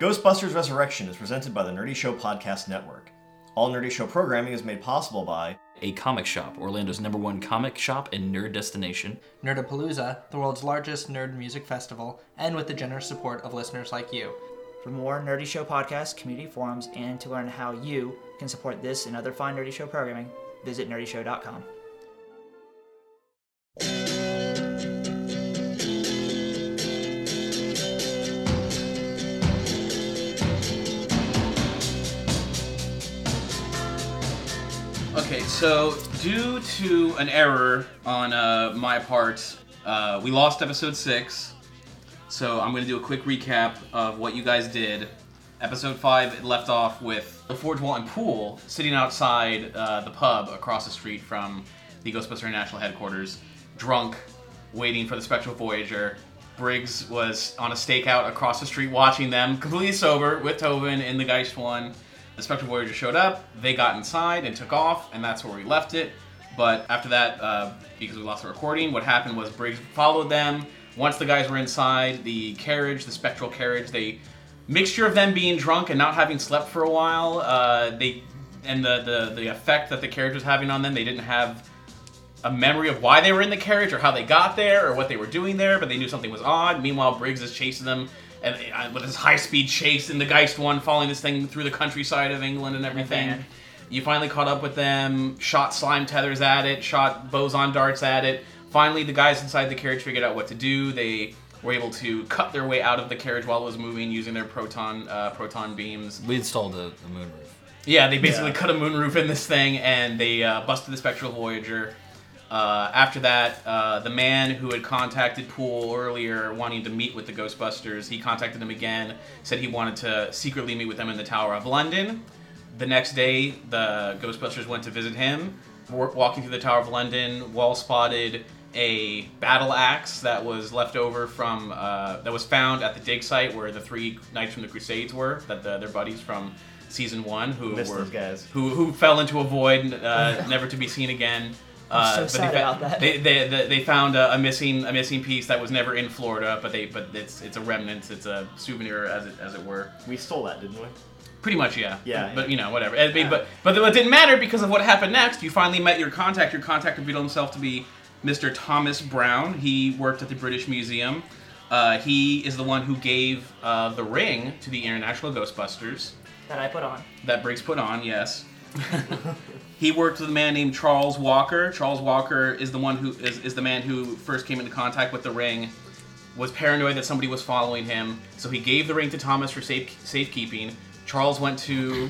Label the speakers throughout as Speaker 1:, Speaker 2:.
Speaker 1: Ghostbusters Resurrection is presented by the Nerdy Show Podcast Network. All Nerdy Show programming is made possible by
Speaker 2: a comic shop, Orlando's number one comic shop and nerd destination.
Speaker 3: Nerdapalooza, the world's largest nerd music festival, and with the generous support of listeners like you.
Speaker 4: For more Nerdy Show podcasts, community forums, and to learn how you can support this and other fine Nerdy Show programming, visit nerdyshow.com.
Speaker 5: Okay, so due to an error on uh, my part, uh, we lost episode six. So I'm going to do a quick recap of what you guys did. Episode five it left off with the Forge Wall and Pool sitting outside uh, the pub across the street from the Ghostbuster International headquarters, drunk, waiting for the Spectral Voyager. Briggs was on a stakeout across the street watching them, completely sober, with Tovin in the Geist One. The Spectral Voyager showed up, they got inside and took off, and that's where we left it. But after that, uh, because we lost the recording, what happened was Briggs followed them. Once the guys were inside the carriage, the Spectral carriage, they mixture of them being drunk and not having slept for a while, uh, they and the, the the effect that the carriage was having on them, they didn't have a memory of why they were in the carriage or how they got there or what they were doing there, but they knew something was odd. Meanwhile, Briggs is chasing them and uh, with his high-speed chase in the Geist one, following this thing through the countryside of England and everything.
Speaker 4: van.
Speaker 5: You finally caught up with them, shot slime tethers at it, shot boson darts at it. Finally, the guys inside the carriage figured out what to do. They were able to cut their way out of the carriage while it was moving using their proton uh, proton beams.
Speaker 2: We installed a, a moon roof.
Speaker 5: Yeah, they basically
Speaker 1: Yeah.
Speaker 5: cut a moonroof in this thing, and they uh, busted the Spectral Voyager. Uh, after that, uh, the man who had contacted Poole earlier, wanting to meet with the Ghostbusters, he contacted him again, said he wanted to secretly meet with them in the Tower of London. The next day, the Ghostbusters went to visit him. Wa- Walking through the Tower of London, Wall spotted a battle axe that was left over from uh, that was found at the dig site where the three knights from the Crusades were, that the, their buddies from season one who
Speaker 1: Miss
Speaker 5: were
Speaker 1: those guys.
Speaker 5: who who fell into a void, uh, never to be seen again. Uh,
Speaker 4: so
Speaker 5: but
Speaker 4: sad
Speaker 5: they, fa-
Speaker 4: about that.
Speaker 5: They, they, they, they found a, a missing a missing piece that was never in Florida, but they but it's it's a remnant, it's a souvenir as it as it were.
Speaker 1: We stole that, didn't we?
Speaker 5: Pretty much, yeah.
Speaker 1: Yeah,
Speaker 5: But
Speaker 1: yeah. Uh.
Speaker 5: you know, whatever. I mean, But but it didn't matter because of what happened next. You finally met your contact. Your contact revealed himself to be Mr. Thomas Brown. He worked at the British Museum. Uh, he is the one who gave uh, the ring to the International Ghostbusters
Speaker 4: That I put on.
Speaker 5: that Briggs put on, yes. he worked with a man named Charles Walker. Charles Walker is the one who is, is the man who first came into contact with the ring, was paranoid that somebody was following him, so he gave the ring to Thomas for safe safekeeping. Charles went to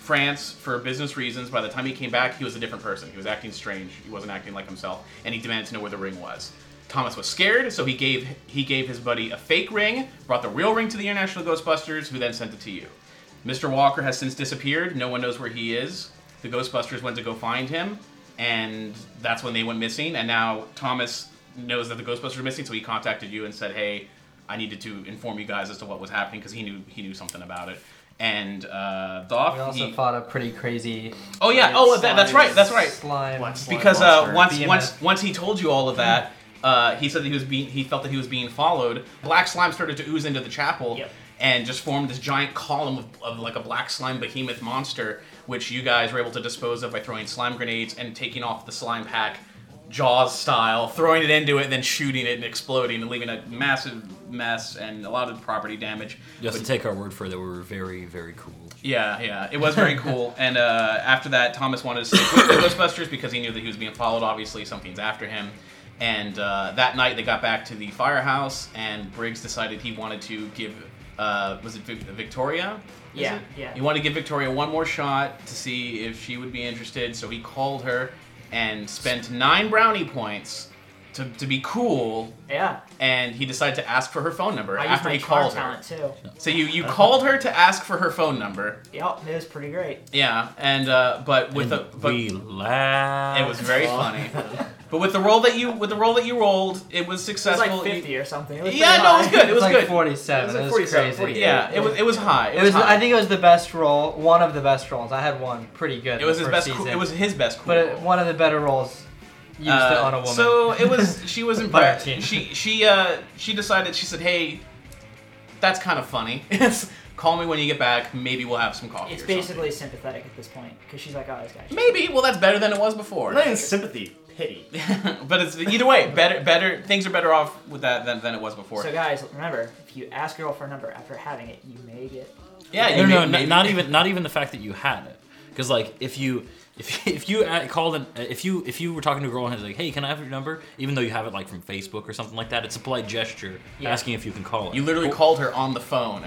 Speaker 5: France for business reasons. By the time he came back, he was a different person. He was acting strange. He wasn't acting like himself, and he demanded to know where the ring was. Thomas was scared, so he gave he gave his buddy a fake ring, brought the real ring to the International Ghostbusters, who then sent it to you. Mr. Walker has since disappeared. No one knows where he is. The Ghostbusters went to go find him, and that's when they went missing. And now Thomas knows that the Ghostbusters are missing, so he contacted you and said, "Hey, I needed to inform you guys as to what was happening because he knew he knew something about it." And uh, Thoth,
Speaker 3: We also
Speaker 5: he-
Speaker 3: fought a pretty crazy.
Speaker 5: oh yeah, oh that, that's right, that's right
Speaker 3: Slime.
Speaker 1: Black slime
Speaker 5: because uh,
Speaker 1: monster.
Speaker 5: once
Speaker 3: BMF.
Speaker 5: once once he told you all of that, uh, he said that he was being he felt that he was being followed. Black slime started to ooze into the chapel
Speaker 4: Yep.
Speaker 5: and just formed this giant column of, of like a black slime behemoth monster, which you guys were able to dispose of by throwing slime grenades and taking off the slime pack. Jaws style, throwing it into it, then shooting it and exploding and leaving a massive mess and a lot of property damage.
Speaker 2: You have
Speaker 5: But-
Speaker 2: to take our word for it that we were very, very cool.
Speaker 5: yeah, yeah, it was very cool. And uh, after that, Thomas wanted to stick with the Ghostbusters because he knew that he was being followed. Obviously, something's after him. And uh, that night, they got back to the firehouse, and Briggs decided he wanted to give. Uh, was it Vic- Victoria? Is
Speaker 4: Yeah,
Speaker 5: it?
Speaker 4: yeah.
Speaker 5: He wanted to give Victoria one more shot to see if she would be interested. So he called her and spent nine brownie points to, to be cool.
Speaker 4: Yeah.
Speaker 5: And he decided to ask for her phone number
Speaker 4: I used
Speaker 5: after
Speaker 4: my
Speaker 5: he
Speaker 4: car
Speaker 5: called her.
Speaker 4: talent too.
Speaker 5: So you, you called her to ask for her phone number.
Speaker 4: Yep, it was pretty great.
Speaker 5: Yeah, and uh, but with
Speaker 2: And
Speaker 5: the but
Speaker 2: we
Speaker 5: it
Speaker 2: laughed.
Speaker 5: was very funny. But with the roll that you with the roll that you rolled, it was
Speaker 4: It was
Speaker 5: successful.
Speaker 4: like
Speaker 5: You-
Speaker 4: 50 or something. It was
Speaker 5: Yeah,
Speaker 4: pretty
Speaker 5: no, it was
Speaker 4: high.
Speaker 5: good. It
Speaker 3: It was
Speaker 5: was
Speaker 3: like
Speaker 5: good.
Speaker 3: 47.
Speaker 1: It was like
Speaker 3: It was
Speaker 1: 47,
Speaker 3: crazy.
Speaker 1: 48.
Speaker 5: yeah, it was it was high. It
Speaker 3: It
Speaker 5: was,
Speaker 3: was.
Speaker 5: high.
Speaker 3: I think it was the best roll. One of the best rolls. I had one pretty good.
Speaker 5: it was
Speaker 3: the
Speaker 5: his
Speaker 3: first
Speaker 5: best.
Speaker 3: Season,
Speaker 5: Cool, it was his best. Cool
Speaker 3: But it,
Speaker 5: roll.
Speaker 3: one of the better rolls used
Speaker 5: Uh,
Speaker 3: on a woman.
Speaker 5: So it was. She was impressed.
Speaker 3: Thirteen.
Speaker 5: she she uh she decided. She said, "Hey, that's kind of funny." Call me when you get back. Maybe we'll have some coffee.
Speaker 4: It's
Speaker 5: or
Speaker 4: basically sympathetic at this point because she's like, oh, this guy's.
Speaker 5: something. maybe. Well, that's better than it was before.
Speaker 1: Not even sympathy, pity.
Speaker 5: but it's either way, better. Better things are better off with that than, than it was before.
Speaker 4: So guys, remember, if you ask a girl for a number after having it, you may get.
Speaker 5: yeah,
Speaker 2: No,
Speaker 5: you may-
Speaker 2: no, no,
Speaker 5: maybe-
Speaker 2: not even not even the fact that you had it. Because like if you if if you uh, called an if you if you were talking to a girl and was like, hey, can I have your number? Even though you have it like from Facebook or something like that, it's a polite gesture
Speaker 4: Yeah.
Speaker 2: asking if you can call it.
Speaker 5: You literally called her on the phone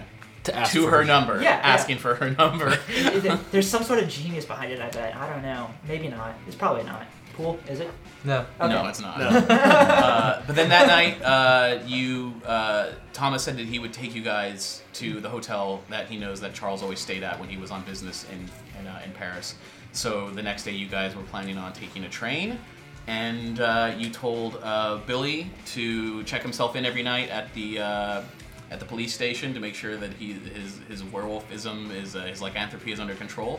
Speaker 2: to ask
Speaker 5: to
Speaker 2: for
Speaker 5: her number,
Speaker 4: Yeah, yeah.
Speaker 5: asking for her number.
Speaker 4: Is it- There's some sort of genius behind it, I bet. I don't know. Maybe not. It's probably not. Pool, is it?
Speaker 3: No.
Speaker 5: No,
Speaker 4: Okay.
Speaker 5: it's not.
Speaker 1: No.
Speaker 5: Uh, but then that night, uh, you uh, Thomas said that he would take you guys to the hotel that he knows that Charles always stayed at when he was on business in in, uh, in Paris. So the next day, you guys were planning on taking a train, and uh, you told uh, Billy to check himself in every night at the. Uh, at the police station to make sure that he, his his werewolfism is uh, his lycanthropy is under control,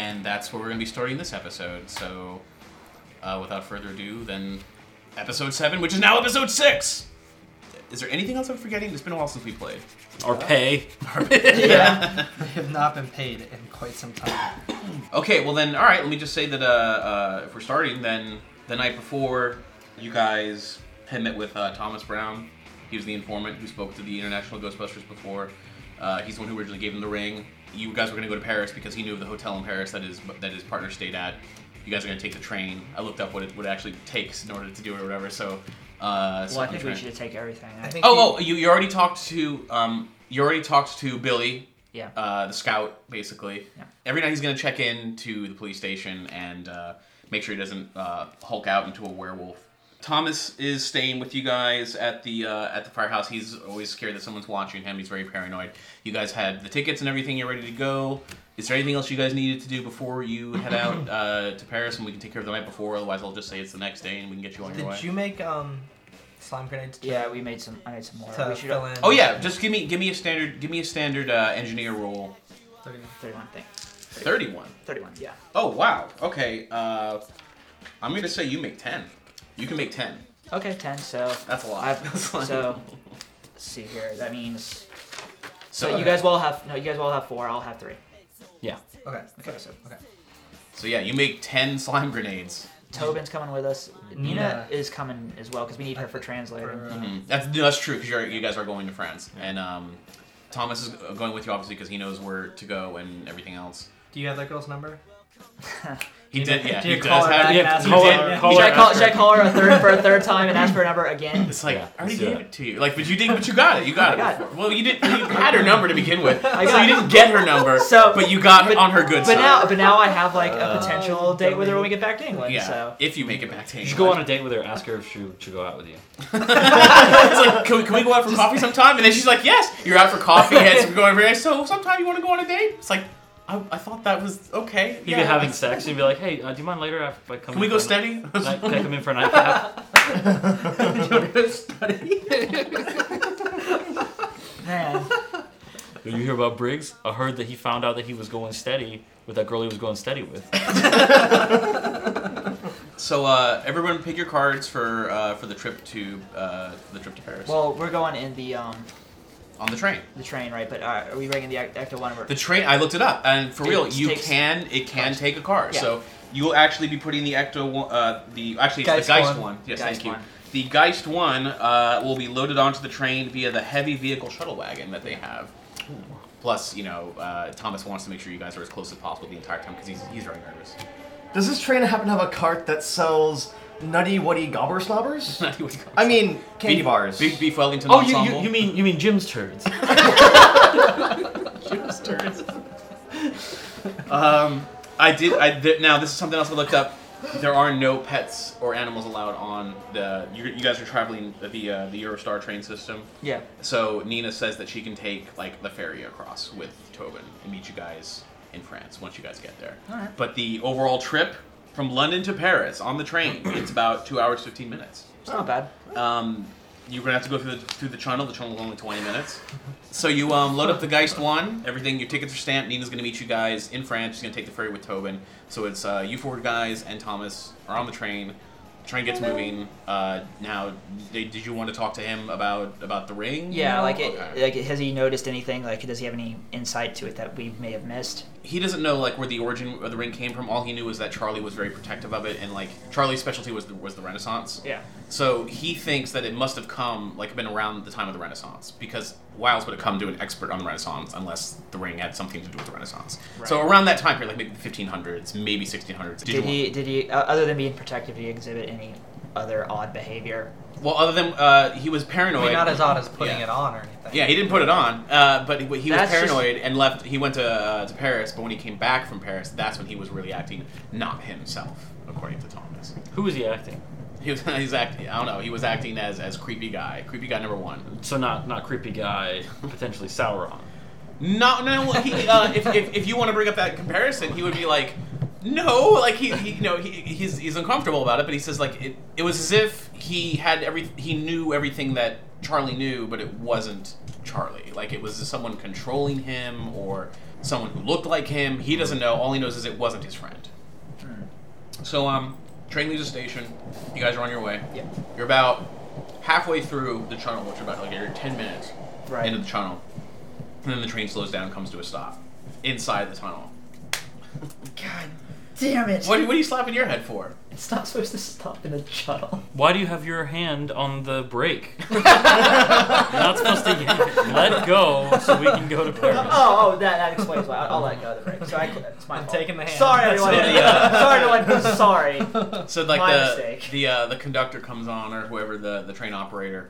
Speaker 5: and that's where we're gonna be starting this episode. So uh, without further ado, then episode seven, which is now episode six. Is there anything else I'm forgetting? It's been a while since we played.
Speaker 2: or pay.
Speaker 3: Yeah. they have not been paid in quite some time.
Speaker 5: Okay, well then, all right. Let me just say that uh, uh, if we're starting, then the night before, you guys had met with uh, Thomas Brown. He was the informant who spoke to the International Ghostbusters before. Uh, he's the one who originally gave him the ring. You guys were going to go to Paris because he knew of the hotel in Paris that his that his partner stayed at. You guys are going to take the train. I looked up what it, what it actually takes in order to do it or whatever. So, uh,
Speaker 4: Well, I
Speaker 5: second
Speaker 4: think we
Speaker 5: train.
Speaker 4: should have take everything. I think.
Speaker 5: Oh, oh, you, you already talked to um, you already talked to Billy,
Speaker 4: Yeah.
Speaker 5: uh, the scout, basically.
Speaker 4: Yeah.
Speaker 5: Every night he's gonna check in to the police station and uh, make sure he doesn't uh, hulk out into a werewolf. Thomas is staying with you guys at the uh, at the firehouse. He's always scared that someone's watching him. He's very paranoid. You guys had the tickets and everything. You're ready to go. Is there anything else you guys needed to do before you head out uh, to Paris, and we can take care of the night before? Otherwise, I'll just say it's the next day, and we can get you on your way.
Speaker 3: Did you make um, slime grenades? to-
Speaker 4: Yeah, we made some. I made some more.
Speaker 3: To
Speaker 4: we should
Speaker 3: fill in.
Speaker 5: Oh yeah, just give me give me a standard give me a standard uh, engineer roll.
Speaker 3: Thirty-nine.
Speaker 4: Thirty-one thing.
Speaker 5: Thirty-one.
Speaker 4: Thirty-one. Yeah.
Speaker 5: Oh wow. Okay. Uh, I'm gonna say you make ten. You can make ten.
Speaker 4: Okay, ten. So.
Speaker 5: That's a lot.
Speaker 4: I,
Speaker 5: That's a lot.
Speaker 4: so. Let's see here. That means. So
Speaker 5: So
Speaker 4: you guys will have no. You guys will have four. I'll have three.
Speaker 2: Yeah.
Speaker 3: Okay.
Speaker 4: Okay, so
Speaker 3: Okay.
Speaker 5: So yeah, you make ten slime grenades.
Speaker 4: Tobin's coming with us. Mm-hmm. Nina
Speaker 3: Nina.
Speaker 4: is coming as well because we need her for translator.
Speaker 3: For, uh,
Speaker 5: Mhm. That's no, that's true because you guys are going to France, and um, Thomas is going with you obviously because he knows where to go and everything else.
Speaker 3: Do you have that girl's number?
Speaker 5: He did. Yeah,
Speaker 3: do
Speaker 5: he
Speaker 3: you
Speaker 5: does
Speaker 3: call her
Speaker 5: have.
Speaker 3: back
Speaker 5: he
Speaker 3: and ask
Speaker 5: did.
Speaker 3: her?
Speaker 5: He
Speaker 3: Yeah.
Speaker 5: did.
Speaker 2: Call
Speaker 4: Should I
Speaker 2: her
Speaker 4: call?
Speaker 2: after.
Speaker 4: Should I call her a third for a third time and ask for a number again?
Speaker 5: It's like
Speaker 2: Yeah,
Speaker 5: I already
Speaker 2: let's do
Speaker 5: gave
Speaker 2: it.
Speaker 5: it to you. Like, but you did, but you got it. You got
Speaker 4: I got
Speaker 5: it.
Speaker 4: it.
Speaker 5: Before. Well, you did. You had her number to begin with, so
Speaker 4: got
Speaker 5: you
Speaker 4: it.
Speaker 5: didn't get her number.
Speaker 4: So-
Speaker 5: but you got
Speaker 4: but-
Speaker 5: on her good
Speaker 4: But
Speaker 5: side.
Speaker 4: now, but now I have like a
Speaker 5: Uh,
Speaker 4: potential date with her when we get back to England.
Speaker 5: yeah,
Speaker 4: So
Speaker 5: if you make it back to
Speaker 2: You
Speaker 5: England,
Speaker 2: should go on a date with her. Ask her if she should go out with you.
Speaker 5: It's like, can, we, can we go out for coffee sometime? And then she's like, yes. You're out for coffee, and we're going very. So sometime you want to go on a date? It's like, I, I thought that was okay.
Speaker 2: You'd
Speaker 5: yeah,
Speaker 2: be having
Speaker 5: like,
Speaker 2: sex. You'd be like, hey, uh, do you mind later if I come?
Speaker 5: Can we
Speaker 2: in
Speaker 5: go
Speaker 2: for a night-
Speaker 5: steady?
Speaker 2: Night, can I come in for a nightcap?
Speaker 4: man,
Speaker 2: Did you hear about Briggs? I heard that he found out that he was going steady with that girl he was going steady with.
Speaker 5: So uh, everyone, pick your cards for uh, for the trip to uh, the trip to Paris
Speaker 4: well, we're going in the um
Speaker 5: on the train.
Speaker 4: the train, right? But uh, are we bringing the act- Ecto One? We're-
Speaker 5: The train. I looked it up, and for
Speaker 4: It
Speaker 5: real, you
Speaker 4: takes-
Speaker 5: can it can take a car.
Speaker 4: Yeah.
Speaker 5: So you'll actually be putting the ecto one, uh, the actually it's
Speaker 3: Geist
Speaker 5: the Geist one.
Speaker 3: one.
Speaker 5: Yes,
Speaker 4: Geist
Speaker 5: thank you.
Speaker 4: one.
Speaker 5: The Geist one uh, will be loaded onto the train via the heavy vehicle shuttle wagon that they have. Plus, you know, uh, Thomas wants to make sure you guys are as close as possible the entire time because he's he's very nervous.
Speaker 1: Does this train happen to have a cart that sells nutty wuddy gobber snobbers?
Speaker 5: Not even close.
Speaker 1: I mean, candy
Speaker 5: Big-
Speaker 1: bars.
Speaker 5: Big Beef Wellington
Speaker 2: Oh, you,
Speaker 5: Ensemble.
Speaker 2: you, you mean you mean Jim's turds?
Speaker 5: Um, I did. I th- now this is something else I looked up. There are no pets or animals allowed on the. You, you guys are traveling the uh, the Eurostar train system.
Speaker 4: yeah.
Speaker 5: So Nina says that she can take like the ferry across with Tobin and meet you guys in France once you guys get there.
Speaker 4: Alright.
Speaker 5: But the overall trip from London to Paris on the train, it's about two hours fifteen minutes.
Speaker 4: It's not bad.
Speaker 5: Um, you're gonna have to go through the through the tunnel. The tunnel's only 20 minutes. So you um, load up the Geist one. Everything. Your tickets are stamped. Nina's gonna meet you guys in France. She's gonna take the ferry with Tobin. So it's uh, you four guys and Thomas are on the train. Trent gets moving. Uh, now, did did you want to talk to him about about the ring?
Speaker 4: Yeah,
Speaker 5: now?
Speaker 4: like it,
Speaker 5: Okay.
Speaker 4: like has he noticed anything? Like does he have any insight to it that we may have missed?
Speaker 5: he doesn't know like where the origin of the ring came from. All he knew was that Charlie was very protective of it, and like Charlie's specialty was the, was the Renaissance.
Speaker 4: Yeah.
Speaker 5: So he thinks that it must have come like been around the time of the Renaissance because why else would it come to an expert on the Renaissance unless the ring had something to do with the Renaissance? So around that time period, like maybe the 1500s, maybe 1600s. Did,
Speaker 4: Did
Speaker 5: you
Speaker 4: he? Did he? Uh, other than being protective, did he exhibit any other odd behavior?
Speaker 5: well, other than uh, he was paranoid.
Speaker 3: I mean, not as odd as putting
Speaker 5: Yeah.
Speaker 3: it on or anything.
Speaker 5: Yeah, he didn't put it on, uh, but he, he was
Speaker 4: That's just-
Speaker 5: paranoid and left. He went to uh, to Paris, but when he came back from Paris, that's when he was really acting not himself, according to Thomas.
Speaker 2: Who is he acting?
Speaker 5: He was he's acting. I don't know. He was acting as as creepy guy. Creepy guy number one.
Speaker 2: So not not creepy guy, potentially Sauron.
Speaker 5: No, no. He, uh, if, if if you want to bring up that comparison, he would be like, no, like he, he you know he he's he's uncomfortable about it, but he says like it it was as if he had every he knew everything that Charlie knew, but it wasn't Charlie. Like it was someone controlling him or someone who looked like him. He doesn't know. All he knows is it wasn't his friend.
Speaker 4: Hmm.
Speaker 5: So um, train leaves the station. You guys are on your way.
Speaker 4: Yeah.
Speaker 5: You're about halfway through the tunnel, which are about like you're ten minutes
Speaker 4: Right.
Speaker 5: into the tunnel, and then the train slows down, and comes to a stop inside the tunnel.
Speaker 4: God damn it!
Speaker 5: What, what are you slapping your head for?
Speaker 4: It's not supposed to stop in a shuttle.
Speaker 2: Why do you have your hand on the brake? You're not supposed to let go so we can go to Paris.
Speaker 4: Oh, oh, that, that explains why. I'll, I'll let go of the break. So I, it's my
Speaker 3: I'm
Speaker 4: fault.
Speaker 3: taking the hand.
Speaker 4: Sorry, everyone.
Speaker 5: So the, uh,
Speaker 4: sorry, everyone. who's Sorry.
Speaker 5: So like
Speaker 4: My
Speaker 5: the
Speaker 4: mistake.
Speaker 5: the uh, the conductor comes on or whoever the, the train operator.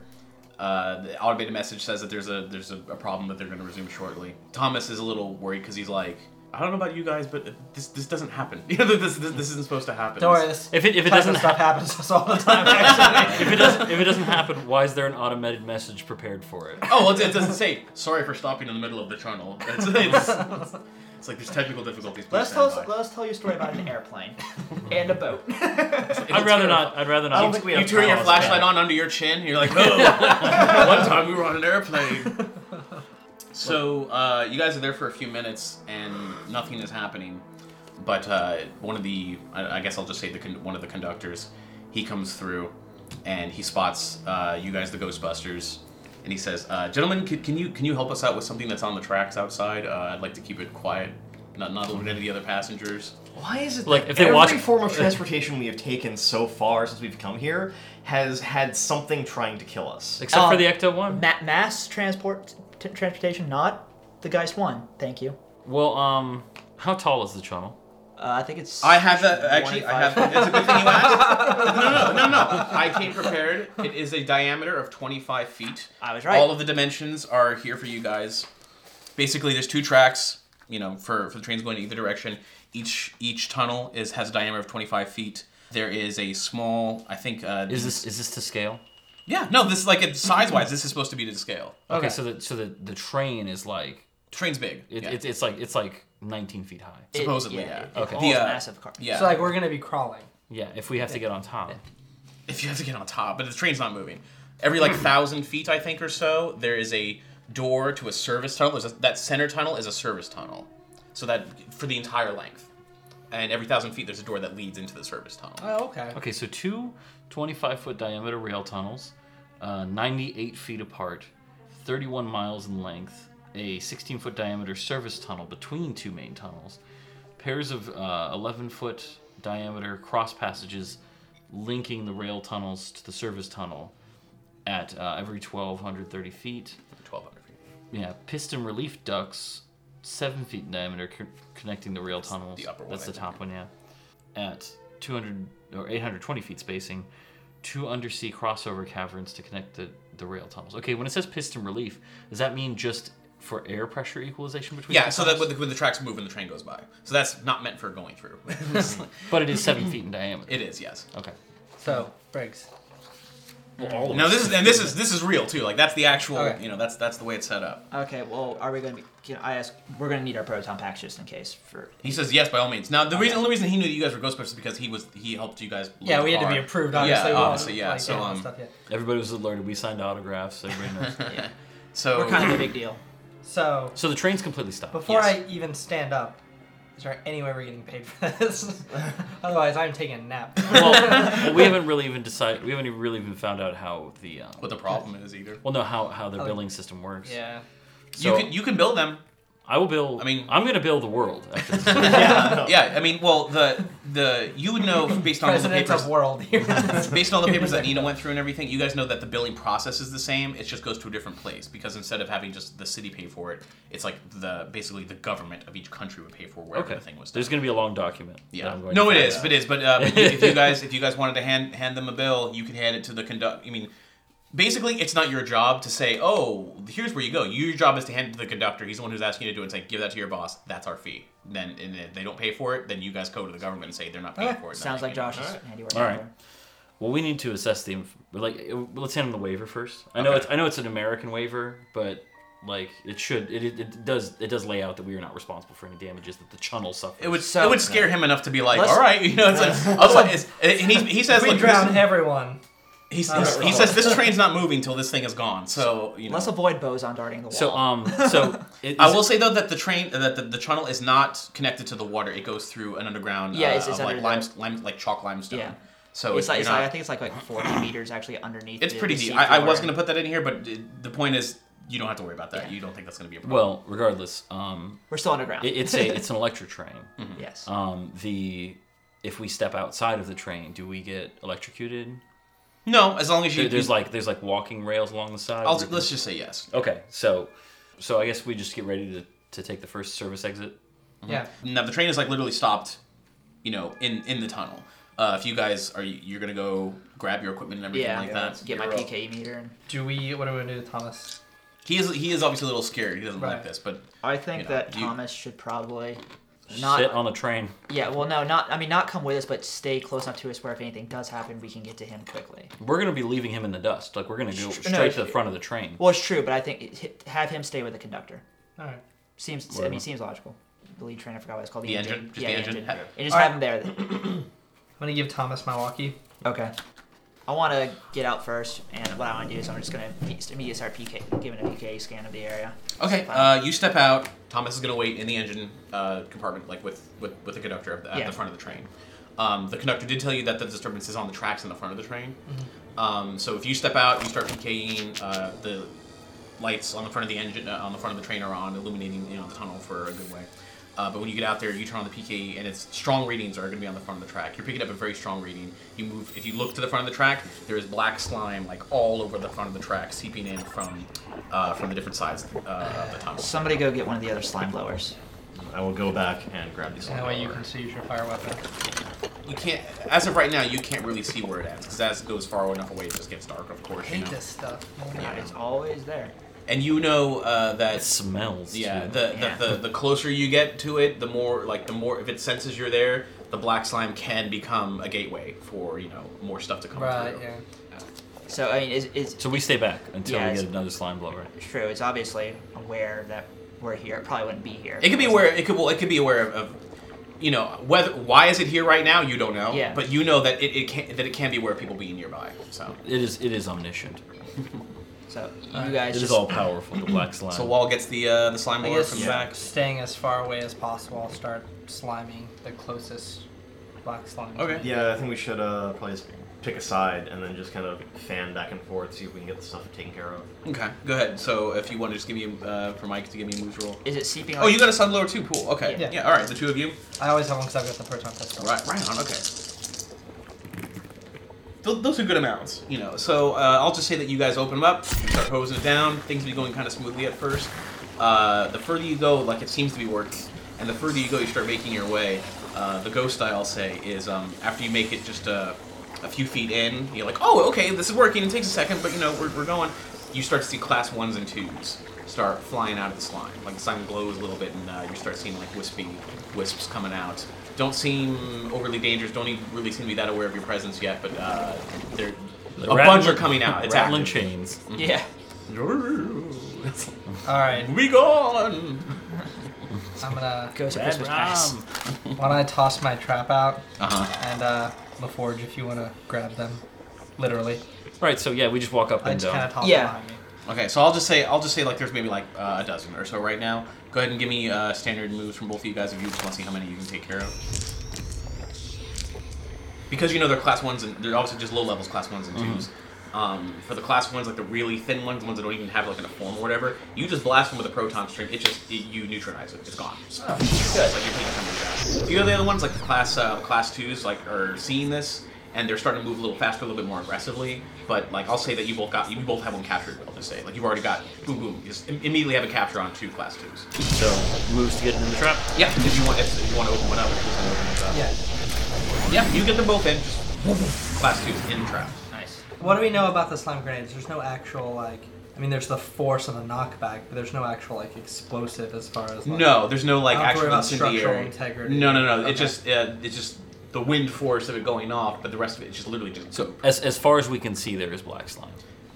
Speaker 5: Uh, the automated message says that there's a there's a, a problem that they're going to resume shortly. Thomas is a little worried because he's like, I don't know about you guys, but this this doesn't happen. You know, this this, this isn't supposed to happen.
Speaker 3: Don't worry, this
Speaker 2: If it if it
Speaker 3: type of
Speaker 2: doesn't
Speaker 3: stuff
Speaker 2: happen,
Speaker 3: happens to us all the time. Actually.
Speaker 2: if it doesn't if it doesn't happen, why is there an automated message prepared for it?
Speaker 5: Oh, well, it doesn't say, sorry for stopping in the middle of the tunnel. It's, it's- it's like there's technical difficulties. Please
Speaker 4: Let's
Speaker 5: stand
Speaker 4: tell,
Speaker 5: by.
Speaker 4: let us tell you a story about an airplane and a boat.
Speaker 2: I'd rather not. I'd rather not.
Speaker 1: I don't think we
Speaker 5: You
Speaker 1: have
Speaker 5: turn your
Speaker 1: powers
Speaker 5: flashlight
Speaker 1: back.
Speaker 5: on under your chin, and you're like, oh, one time we were on an airplane. So, uh, you guys are there for a few minutes, and nothing is happening. But uh, one of the, I, I guess I'll just say the con- one of the conductors, he comes through, and he spots uh, you guys, the Ghostbusters, and he says, uh, "Gentlemen, can, can you can you help us out with something that's on the tracks outside? Uh, I'd like to keep it quiet, not not alert any of the other passengers."
Speaker 1: Why is it
Speaker 2: Like,
Speaker 1: that
Speaker 2: if they
Speaker 1: every
Speaker 2: watch-
Speaker 1: form of transportation we have taken so far since we've come here has had something trying to kill us?
Speaker 2: Except for
Speaker 4: Um,
Speaker 2: the Ecto one.
Speaker 4: Ma- mass transport, t- transportation, not the Geist One. Thank you.
Speaker 2: Well, um, how tall is the channel?
Speaker 4: Uh, I think it's.
Speaker 5: I have that actually. I have.
Speaker 4: 25.
Speaker 5: That's a good thing you asked. No, no, no, no, no. I came prepared. It is a diameter of 25 feet.
Speaker 4: I was right.
Speaker 5: All of the dimensions are here for you guys. Basically, there's two tracks. You know, for for the trains going in either direction. Each each tunnel is has a diameter of 25 feet. There is a small. I think. Uh,
Speaker 2: Is this is this to scale?
Speaker 5: Yeah. No. This is like it's size wise. This is supposed to be to scale.
Speaker 2: Okay, so the so the, the train is like
Speaker 5: Train's big.
Speaker 2: it,
Speaker 5: yeah.
Speaker 2: it's it's like it's like 19 feet high.
Speaker 4: It-
Speaker 5: supposedly,
Speaker 4: yeah,
Speaker 5: yeah.
Speaker 4: it-
Speaker 2: Okay.
Speaker 4: all
Speaker 5: The,
Speaker 4: is
Speaker 5: uh,
Speaker 4: massive car.
Speaker 5: yeah.
Speaker 3: So like we're gonna be crawling.
Speaker 2: Yeah, if we have to get on top.
Speaker 5: if you have to get on top, but the train's not moving. Every like
Speaker 3: Hmm.
Speaker 5: thousand feet, I think, or so, there is a door to a service tunnel. There's a, that center tunnel is a service tunnel, so that for the entire length, and every thousand feet, there's a door that leads into the service tunnel.
Speaker 3: Oh, okay.
Speaker 2: Okay, so two 25 foot diameter rail tunnels, uh, 98 feet apart, 31 miles in length, a 16 foot diameter service tunnel between two main tunnels, pairs of uh, 11 foot diameter cross passages linking the rail tunnels to the service tunnel at uh, every 1230 feet.
Speaker 5: Twelve hundred feet.
Speaker 2: Yeah, piston relief ducts, seven feet in diameter, co- connecting the rail tunnels.
Speaker 5: the upper one,
Speaker 2: That's
Speaker 5: I
Speaker 2: the top one, yeah. At 200 or 820 feet spacing, two undersea crossover caverns to connect the, the rail tunnels. Okay, when it says piston relief, does that mean just for air pressure equalization between?
Speaker 5: Yeah,
Speaker 2: the
Speaker 5: so that
Speaker 2: tunnels?
Speaker 5: when the, when the tracks move and the train goes by, so that's not meant for going through.
Speaker 2: but it is seven feet in diameter.
Speaker 5: it is yes.
Speaker 2: okay.
Speaker 3: So Briggs.
Speaker 5: No, this is and this is this is real too. Like that's the actual.
Speaker 3: Okay.
Speaker 5: You know, that's that's the way it's set up.
Speaker 4: Okay. Well, are we gonna be? Can I ask? We're gonna need our proton packs just in case. For
Speaker 5: He says yes by all means. Now the reason, only reason he knew that you guys were Ghostbusters is because he was he helped you guys. load
Speaker 3: Yeah,
Speaker 5: the
Speaker 3: we had to
Speaker 5: car.
Speaker 3: be approved. Obviously,
Speaker 5: yeah,
Speaker 3: we all-
Speaker 5: obviously, yeah.
Speaker 3: like,
Speaker 5: so
Speaker 3: all that
Speaker 5: um,
Speaker 3: stuff, yeah.
Speaker 2: Everybody was alerted. We signed autographs. Everybody knows.
Speaker 5: so
Speaker 4: we're kind of a big deal.
Speaker 3: So
Speaker 2: so the train's completely stopped.
Speaker 3: before
Speaker 5: Yes.
Speaker 3: I even stand up, Is there any way we're getting paid for this? Otherwise, I'm taking a nap.
Speaker 2: well, we haven't really even decided. We haven't even really even found out how the um,
Speaker 5: What the problem is either.
Speaker 2: well, no, how how their
Speaker 3: Oh.
Speaker 2: billing system works.
Speaker 3: yeah.
Speaker 2: So
Speaker 5: you can you can build them.
Speaker 2: I will build.
Speaker 5: I mean-
Speaker 2: I'm gonna build the world after this.
Speaker 1: yeah,
Speaker 2: Oh.
Speaker 1: no.
Speaker 5: Yeah, I mean, well, the the you would know based on all the
Speaker 3: President
Speaker 5: papers
Speaker 3: of world here.
Speaker 5: based on all the papers that Nina went through and everything, you guys know that the billing process is the same. It just goes to a different place because instead of having just the city pay for it, it's like the basically the government of each country would pay for wherever
Speaker 2: okay.
Speaker 5: the thing was done.
Speaker 2: There's gonna be a long document. that
Speaker 5: yeah.
Speaker 2: I'm going
Speaker 5: No,
Speaker 2: to
Speaker 5: it
Speaker 2: find
Speaker 5: is.
Speaker 2: out.
Speaker 5: It is. But, uh, but you- if you guys if you guys wanted to hand hand them a bill, you could hand it to the conduct. I mean. Basically, it's not your job to say, "Oh, here's where you go." Your job is to hand it to the conductor. He's the one who's asking you to do it. And say, "Give that to your boss. That's our fee." Then, and if they don't pay for it, then you guys go to the government and say they're not paying
Speaker 3: Okay.
Speaker 5: for it.
Speaker 4: Eh, Sounds like
Speaker 5: Josh.
Speaker 4: Josh's handiwork.
Speaker 2: All right.
Speaker 4: there.
Speaker 2: Well, we need to assess the inf- like. uh, Let's hand him the waiver first. I know
Speaker 5: Okay.
Speaker 2: it's I know it's an American waiver, but like it should it, it, it does it does lay out that we are not responsible for any damages that the channel suffered.
Speaker 5: It would
Speaker 4: So-
Speaker 5: it would scare him enough to be like,
Speaker 4: Let's-
Speaker 5: all right, you know, it's like, otherwise, it's- and he, he says,
Speaker 3: we
Speaker 5: look,
Speaker 3: drown
Speaker 5: this,
Speaker 3: everyone.
Speaker 5: he, says- he says this train's not moving till this thing is gone. So you know,
Speaker 4: Let's avoid boson darting the wall.
Speaker 2: So um so it,
Speaker 5: I will say though that the train that the, the tunnel is not connected to the water; it goes through an underground, uh,
Speaker 4: Yeah, it's- it's
Speaker 5: of, like
Speaker 4: under
Speaker 5: lime, lime, like chalk limestone.
Speaker 4: Yeah.
Speaker 5: So
Speaker 4: it's
Speaker 5: uh,
Speaker 4: like,
Speaker 5: you're
Speaker 4: it's like-
Speaker 5: not-
Speaker 4: I think it's like like 40 meters actually underneath.
Speaker 5: it's
Speaker 4: the-
Speaker 5: pretty
Speaker 4: the
Speaker 5: deep. I, I
Speaker 4: seafloor.
Speaker 5: was gonna put that in here, but it- the point is, you don't have to worry about that. You don't think that's gonna be a problem.
Speaker 2: well regardless um
Speaker 4: We're still underground.
Speaker 2: it, it's a it's an electric train.
Speaker 5: Mm-hmm.
Speaker 4: yes.
Speaker 2: Um the if we step outside of the train, do we get electrocuted?
Speaker 5: no, as long as you
Speaker 2: There- There's like there's like walking rails along the side.
Speaker 5: I'll,
Speaker 2: We can-
Speaker 5: let's just say yes.
Speaker 2: okay, so so I guess we just get ready to to take the first service exit.
Speaker 3: Yeah.
Speaker 5: Now the train is like literally stopped, you know, in in the tunnel. Uh, if you guys are you're gonna go grab your equipment and everything
Speaker 4: yeah.
Speaker 5: like that.
Speaker 4: Get my
Speaker 5: You're up.
Speaker 4: PKE meter. And...
Speaker 3: Do we? What do we gonna do with Thomas?
Speaker 5: He is he is obviously a little scared. He doesn't like
Speaker 3: Right.
Speaker 5: this, but
Speaker 4: I think
Speaker 5: You know,
Speaker 4: that
Speaker 5: you-
Speaker 4: Thomas should probably not.
Speaker 2: Sit on the train.
Speaker 4: yeah. Well, no, not. I mean, not come with us, but stay close enough to us where if anything does happen, we can get to him quickly.
Speaker 2: We're gonna be leaving him in the dust. Like we're gonna go
Speaker 4: Sh-
Speaker 2: straight
Speaker 4: no,
Speaker 2: to the
Speaker 4: sh-
Speaker 2: front of the train.
Speaker 4: Well, it's true, but I think it, have him stay with the conductor.
Speaker 3: All right.
Speaker 4: Seems. I
Speaker 2: Whatever.
Speaker 4: mean, seems logical. The lead train. I forgot what it's called. The,
Speaker 5: The engine? Just
Speaker 4: Yeah,
Speaker 5: the
Speaker 4: the
Speaker 5: engine?
Speaker 4: engine.
Speaker 5: Yeah.
Speaker 4: And just
Speaker 3: All
Speaker 4: have him there.
Speaker 3: I'm gonna give Thomas my walkie.
Speaker 4: Okay. I want to get out first, and what I want to do is I'm just gonna pe- immediately start PK, giving a PK scan of the area.
Speaker 5: okay. Uh, you step out. Thomas is gonna wait in the engine uh, compartment, like with with, with the conductor at the, at
Speaker 4: Yeah.
Speaker 5: the front of the train. Um, the conductor did tell you that the disturbance is on the tracks in the front of the train. Um, so if you step out, you start PKing. Uh, the lights on the front of the engine uh, on the front of the train are on, illuminating you know the tunnel for a good way. Uh, but when you get out there, you turn on the PKE, and its strong readings are going to be on the front of the track. You're picking up a very strong reading. You move if you look to the front of the track, there is black slime like all over the front of the track, seeping in from uh, from the different sides uh, of the tunnel.
Speaker 4: Somebody go get one of the other slime blowers.
Speaker 1: I will go back and grab these.
Speaker 3: That way you can see your fire weapon.
Speaker 5: You can't, as of right now, you can't really see where it ends because as it goes far enough away, it just gets dark, of course.
Speaker 3: I
Speaker 5: You
Speaker 3: hate
Speaker 5: know?
Speaker 3: this stuff.
Speaker 4: God, it's always there.
Speaker 5: And you know uh, that
Speaker 2: It smells.
Speaker 5: Yeah,
Speaker 2: too.
Speaker 5: the,
Speaker 4: Yeah.
Speaker 5: The, the the closer you get to it, the more like the more if it senses you're there, the black slime can become a gateway for you know more stuff to come
Speaker 3: Right.
Speaker 5: through.
Speaker 3: Yeah.
Speaker 4: So I mean, is is
Speaker 2: So we stay back until
Speaker 4: Yeah,
Speaker 2: we
Speaker 4: it's-
Speaker 2: get another slime blower.
Speaker 4: true. It's obviously aware that we're here. It probably wouldn't be here.
Speaker 5: It could be aware. It could well. It could be aware of, of you know whether why is it here right now? You don't know.
Speaker 4: Yeah.
Speaker 5: But you know that it, it can that it can be aware of people being nearby. So
Speaker 2: It is it is omniscient.
Speaker 4: So you
Speaker 3: Alright.
Speaker 2: It
Speaker 4: guys
Speaker 2: is
Speaker 4: just
Speaker 2: all powerful. The black slime.
Speaker 5: so Wall gets the uh, the slime
Speaker 3: I
Speaker 5: blower
Speaker 3: guess
Speaker 5: from
Speaker 3: yeah,
Speaker 5: the back.
Speaker 3: staying as far away as possible. I'll start sliming the closest black slime.
Speaker 5: Okay.
Speaker 1: Yeah, I think we should uh, probably just pick a side and then just kind of fan back and forth, see if we can get the stuff taken care of.
Speaker 5: Okay. Go ahead. So if you want to just give me uh, for Mike to give me a moves roll.
Speaker 4: Is it seeping?
Speaker 5: Oh, you got a slime blower too. Cool. Okay.
Speaker 3: Yeah.
Speaker 5: Yeah. all right. The two of you.
Speaker 3: I always have one because I've got the proton pistol.
Speaker 5: Right, right on. Okay. Th- those are good amounts, you know. So uh, I'll just say that you guys open them up, start hosing it down. Things be going kind of smoothly at first. Uh, the further you go, like it seems to be working, and the further you go, you start making your way. Uh, the ghost eye, I'll say, is um, after you make it just a, a few feet in, you're like, oh, okay, this is working. It takes a second, but you know, we're, we're going. You start to see class ones and twos start flying out of the slime. Like the slime glows a little bit, and uh, you start seeing like wispy wisps coming out. Don't seem overly dangerous. Don't even really seem to be that aware of your presence yet, but uh, they're
Speaker 2: The
Speaker 5: a
Speaker 2: rattling-
Speaker 5: bunch are coming out. It's
Speaker 2: rattling
Speaker 5: active.
Speaker 2: chains.
Speaker 4: Yeah.
Speaker 5: It's like,
Speaker 3: All right.
Speaker 5: we gone.
Speaker 3: I'm gonna.
Speaker 4: Goes to Christmas past.
Speaker 3: Why don't I toss my trap out
Speaker 5: Uh-huh.
Speaker 3: and uh, LaForge if you wanna grab them, literally.
Speaker 2: Right. So yeah, we just walk up
Speaker 3: I
Speaker 2: and uh,
Speaker 3: just kind
Speaker 2: down.
Speaker 3: of toss
Speaker 4: Yeah.
Speaker 3: them behind me.
Speaker 5: Okay, so I'll just say I'll just say like there's maybe like uh, a dozen or so right now. Go ahead and give me uh, standard moves from both of you guys if you just want to see how many you can take care of. Because you know they're class ones and they're obviously just low levels class ones and 2s Um, for the class ones, like the really thin ones, the ones that don't even have like an form or whatever, you just blast them with a proton stream. It just it, you neutralize it. It's gone. It's like you're taking something down. You know the other ones like the class uh, class twos like are seeing this and they're starting to move a little faster, a little bit more aggressively. But like I'll say that you both got you both have them captured. I'll just say like you've already got boom boom. You just im- immediately have a capture on two class twos.
Speaker 6: So moves to get in the trap.
Speaker 5: Yeah, if you want if, if you want to open one up, if you want to open it up.
Speaker 3: Yeah.
Speaker 5: yeah, you get them both in. Just class twos in trap.
Speaker 4: Nice.
Speaker 3: What do we know about the slime grenades? There's no actual like. I mean, there's the force and the knockback, but there's no actual like explosive as far as like,
Speaker 5: No, there's no like
Speaker 3: Not to worry
Speaker 5: actual
Speaker 3: about structural
Speaker 5: incendiary.
Speaker 3: integrity.
Speaker 5: No, no, no.
Speaker 3: Okay.
Speaker 5: It's just uh, it's just the wind force of it going off, but the rest of it is just literally just
Speaker 2: So as, as far as we can see, there is black slime.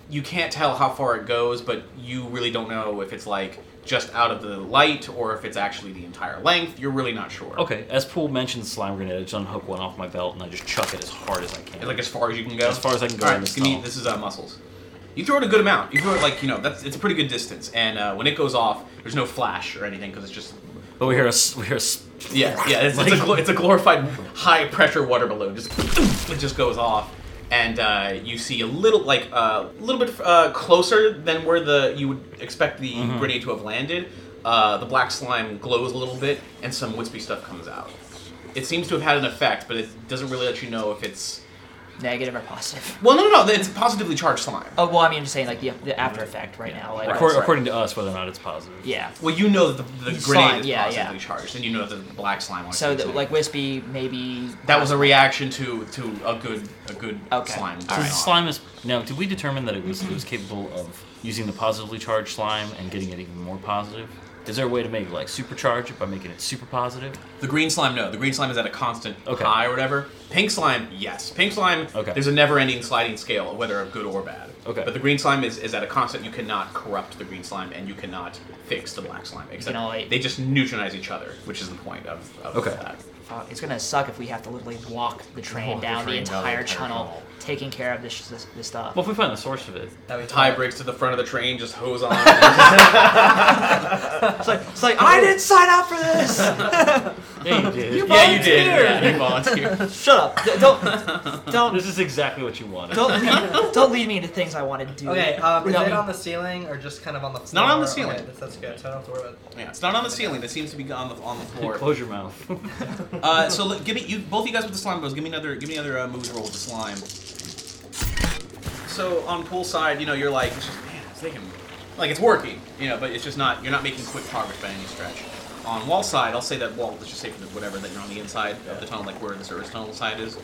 Speaker 5: you can't tell how far it goes, but you really don't know if it's like just out of the light or if it's actually the entire length. You're really not sure.
Speaker 2: Okay, as Poole mentioned, slime grenade. I just unhook one off my belt and I just chuck it as hard as I
Speaker 5: It's
Speaker 2: can.
Speaker 5: like as far as you can go.
Speaker 2: As far as I can go
Speaker 5: Alright,
Speaker 2: in this
Speaker 5: give me-
Speaker 2: tunnel.
Speaker 5: this is uh, muscles. You throw it a good amount. You throw it like you know that's it's a pretty good distance, and uh, when it goes off, there's no flash or anything because it's just
Speaker 2: but we hear a s- we hear a s-
Speaker 5: yeah yeah it's, it's, a, glo- it's a glorified high pressure water balloon. Just it just goes off, and uh, you see a little like a little bit uh, closer than where the you would expect the
Speaker 4: Mm-hmm.
Speaker 5: grenade to have landed. Uh, the black slime glows a little bit, and some wispy stuff comes out. It seems to have had an effect, but it doesn't really let you know if it's
Speaker 4: Negative or positive?
Speaker 5: well, no, no, no. It's positively charged slime.
Speaker 4: Oh well, I mean, I'm just saying like the, the after effect right now. Like,
Speaker 2: according,
Speaker 4: it's-
Speaker 2: according to us whether or not it's positive.
Speaker 4: Yeah.
Speaker 5: Well, you know that the, the
Speaker 4: Slime,
Speaker 5: grenade is
Speaker 4: yeah,
Speaker 5: positively
Speaker 4: yeah.
Speaker 5: charged, and you know that the black slime. was
Speaker 4: So
Speaker 5: used
Speaker 4: that
Speaker 5: in it.
Speaker 4: like wispy maybe.
Speaker 5: that was a reaction to to a good a good
Speaker 4: Okay.
Speaker 5: slime.
Speaker 4: So
Speaker 2: So
Speaker 5: going
Speaker 2: the
Speaker 5: off.
Speaker 2: slime is now. Did we determine that it was it was capable of using the positively charged slime and getting it even more positive? Is there a way to make like supercharge it by making it super positive?
Speaker 5: The green slime, no. The green slime is at a constant
Speaker 2: Okay.
Speaker 5: high or whatever. Pink slime, yes. Pink slime,
Speaker 2: Okay.
Speaker 5: there's a never-ending sliding scale, of whether of good or bad.
Speaker 2: Okay.
Speaker 5: But the green slime is, is at a constant. You cannot corrupt the green slime, and you cannot fix the black slime. Except
Speaker 4: only-
Speaker 5: they just neutralize each other, which is the point of, of
Speaker 2: Okay.
Speaker 5: that.
Speaker 4: Fuck, it's gonna suck if we have to literally walk the train
Speaker 5: Walk the
Speaker 4: down the,
Speaker 5: train down the
Speaker 4: entire
Speaker 5: entire
Speaker 4: tunnel,
Speaker 5: tunnel.
Speaker 4: taking care of this this, this stuff.
Speaker 2: Well, if we find the source of it,
Speaker 3: That we
Speaker 5: Tie breaks to the front of the train, just hose on. it's like, it's like
Speaker 4: I didn't sign up for this.
Speaker 2: yeah, you did.
Speaker 5: Yeah, you did. Yeah, you volunteered.
Speaker 4: Shut up! D- Don't don't
Speaker 2: This is exactly what you wanted.
Speaker 4: don't lead, don't lead me into things I want to do.
Speaker 3: Okay, um, is
Speaker 4: No.
Speaker 3: it on the ceiling or just kind of on the floor?
Speaker 5: not on the
Speaker 3: Okay,
Speaker 5: ceiling.
Speaker 3: that's, that's good, so I don't have to worry about it.
Speaker 5: yeah, it's not on the ceiling. That seems to be on the on the floor.
Speaker 2: Close your mouth.
Speaker 5: Uh, so look, give me you both you guys with the slime goes. Give me another. Give me another uh, moves roll with the slime. So on pool side, you know you're like, it's just, man, it's thinking, like it's working, you know, but it's just not. You're not making quick progress by any stretch. On wall side, I'll say that wall. Let's just say for the, whatever that you're on the inside of the tunnel, like where the service tunnel side is.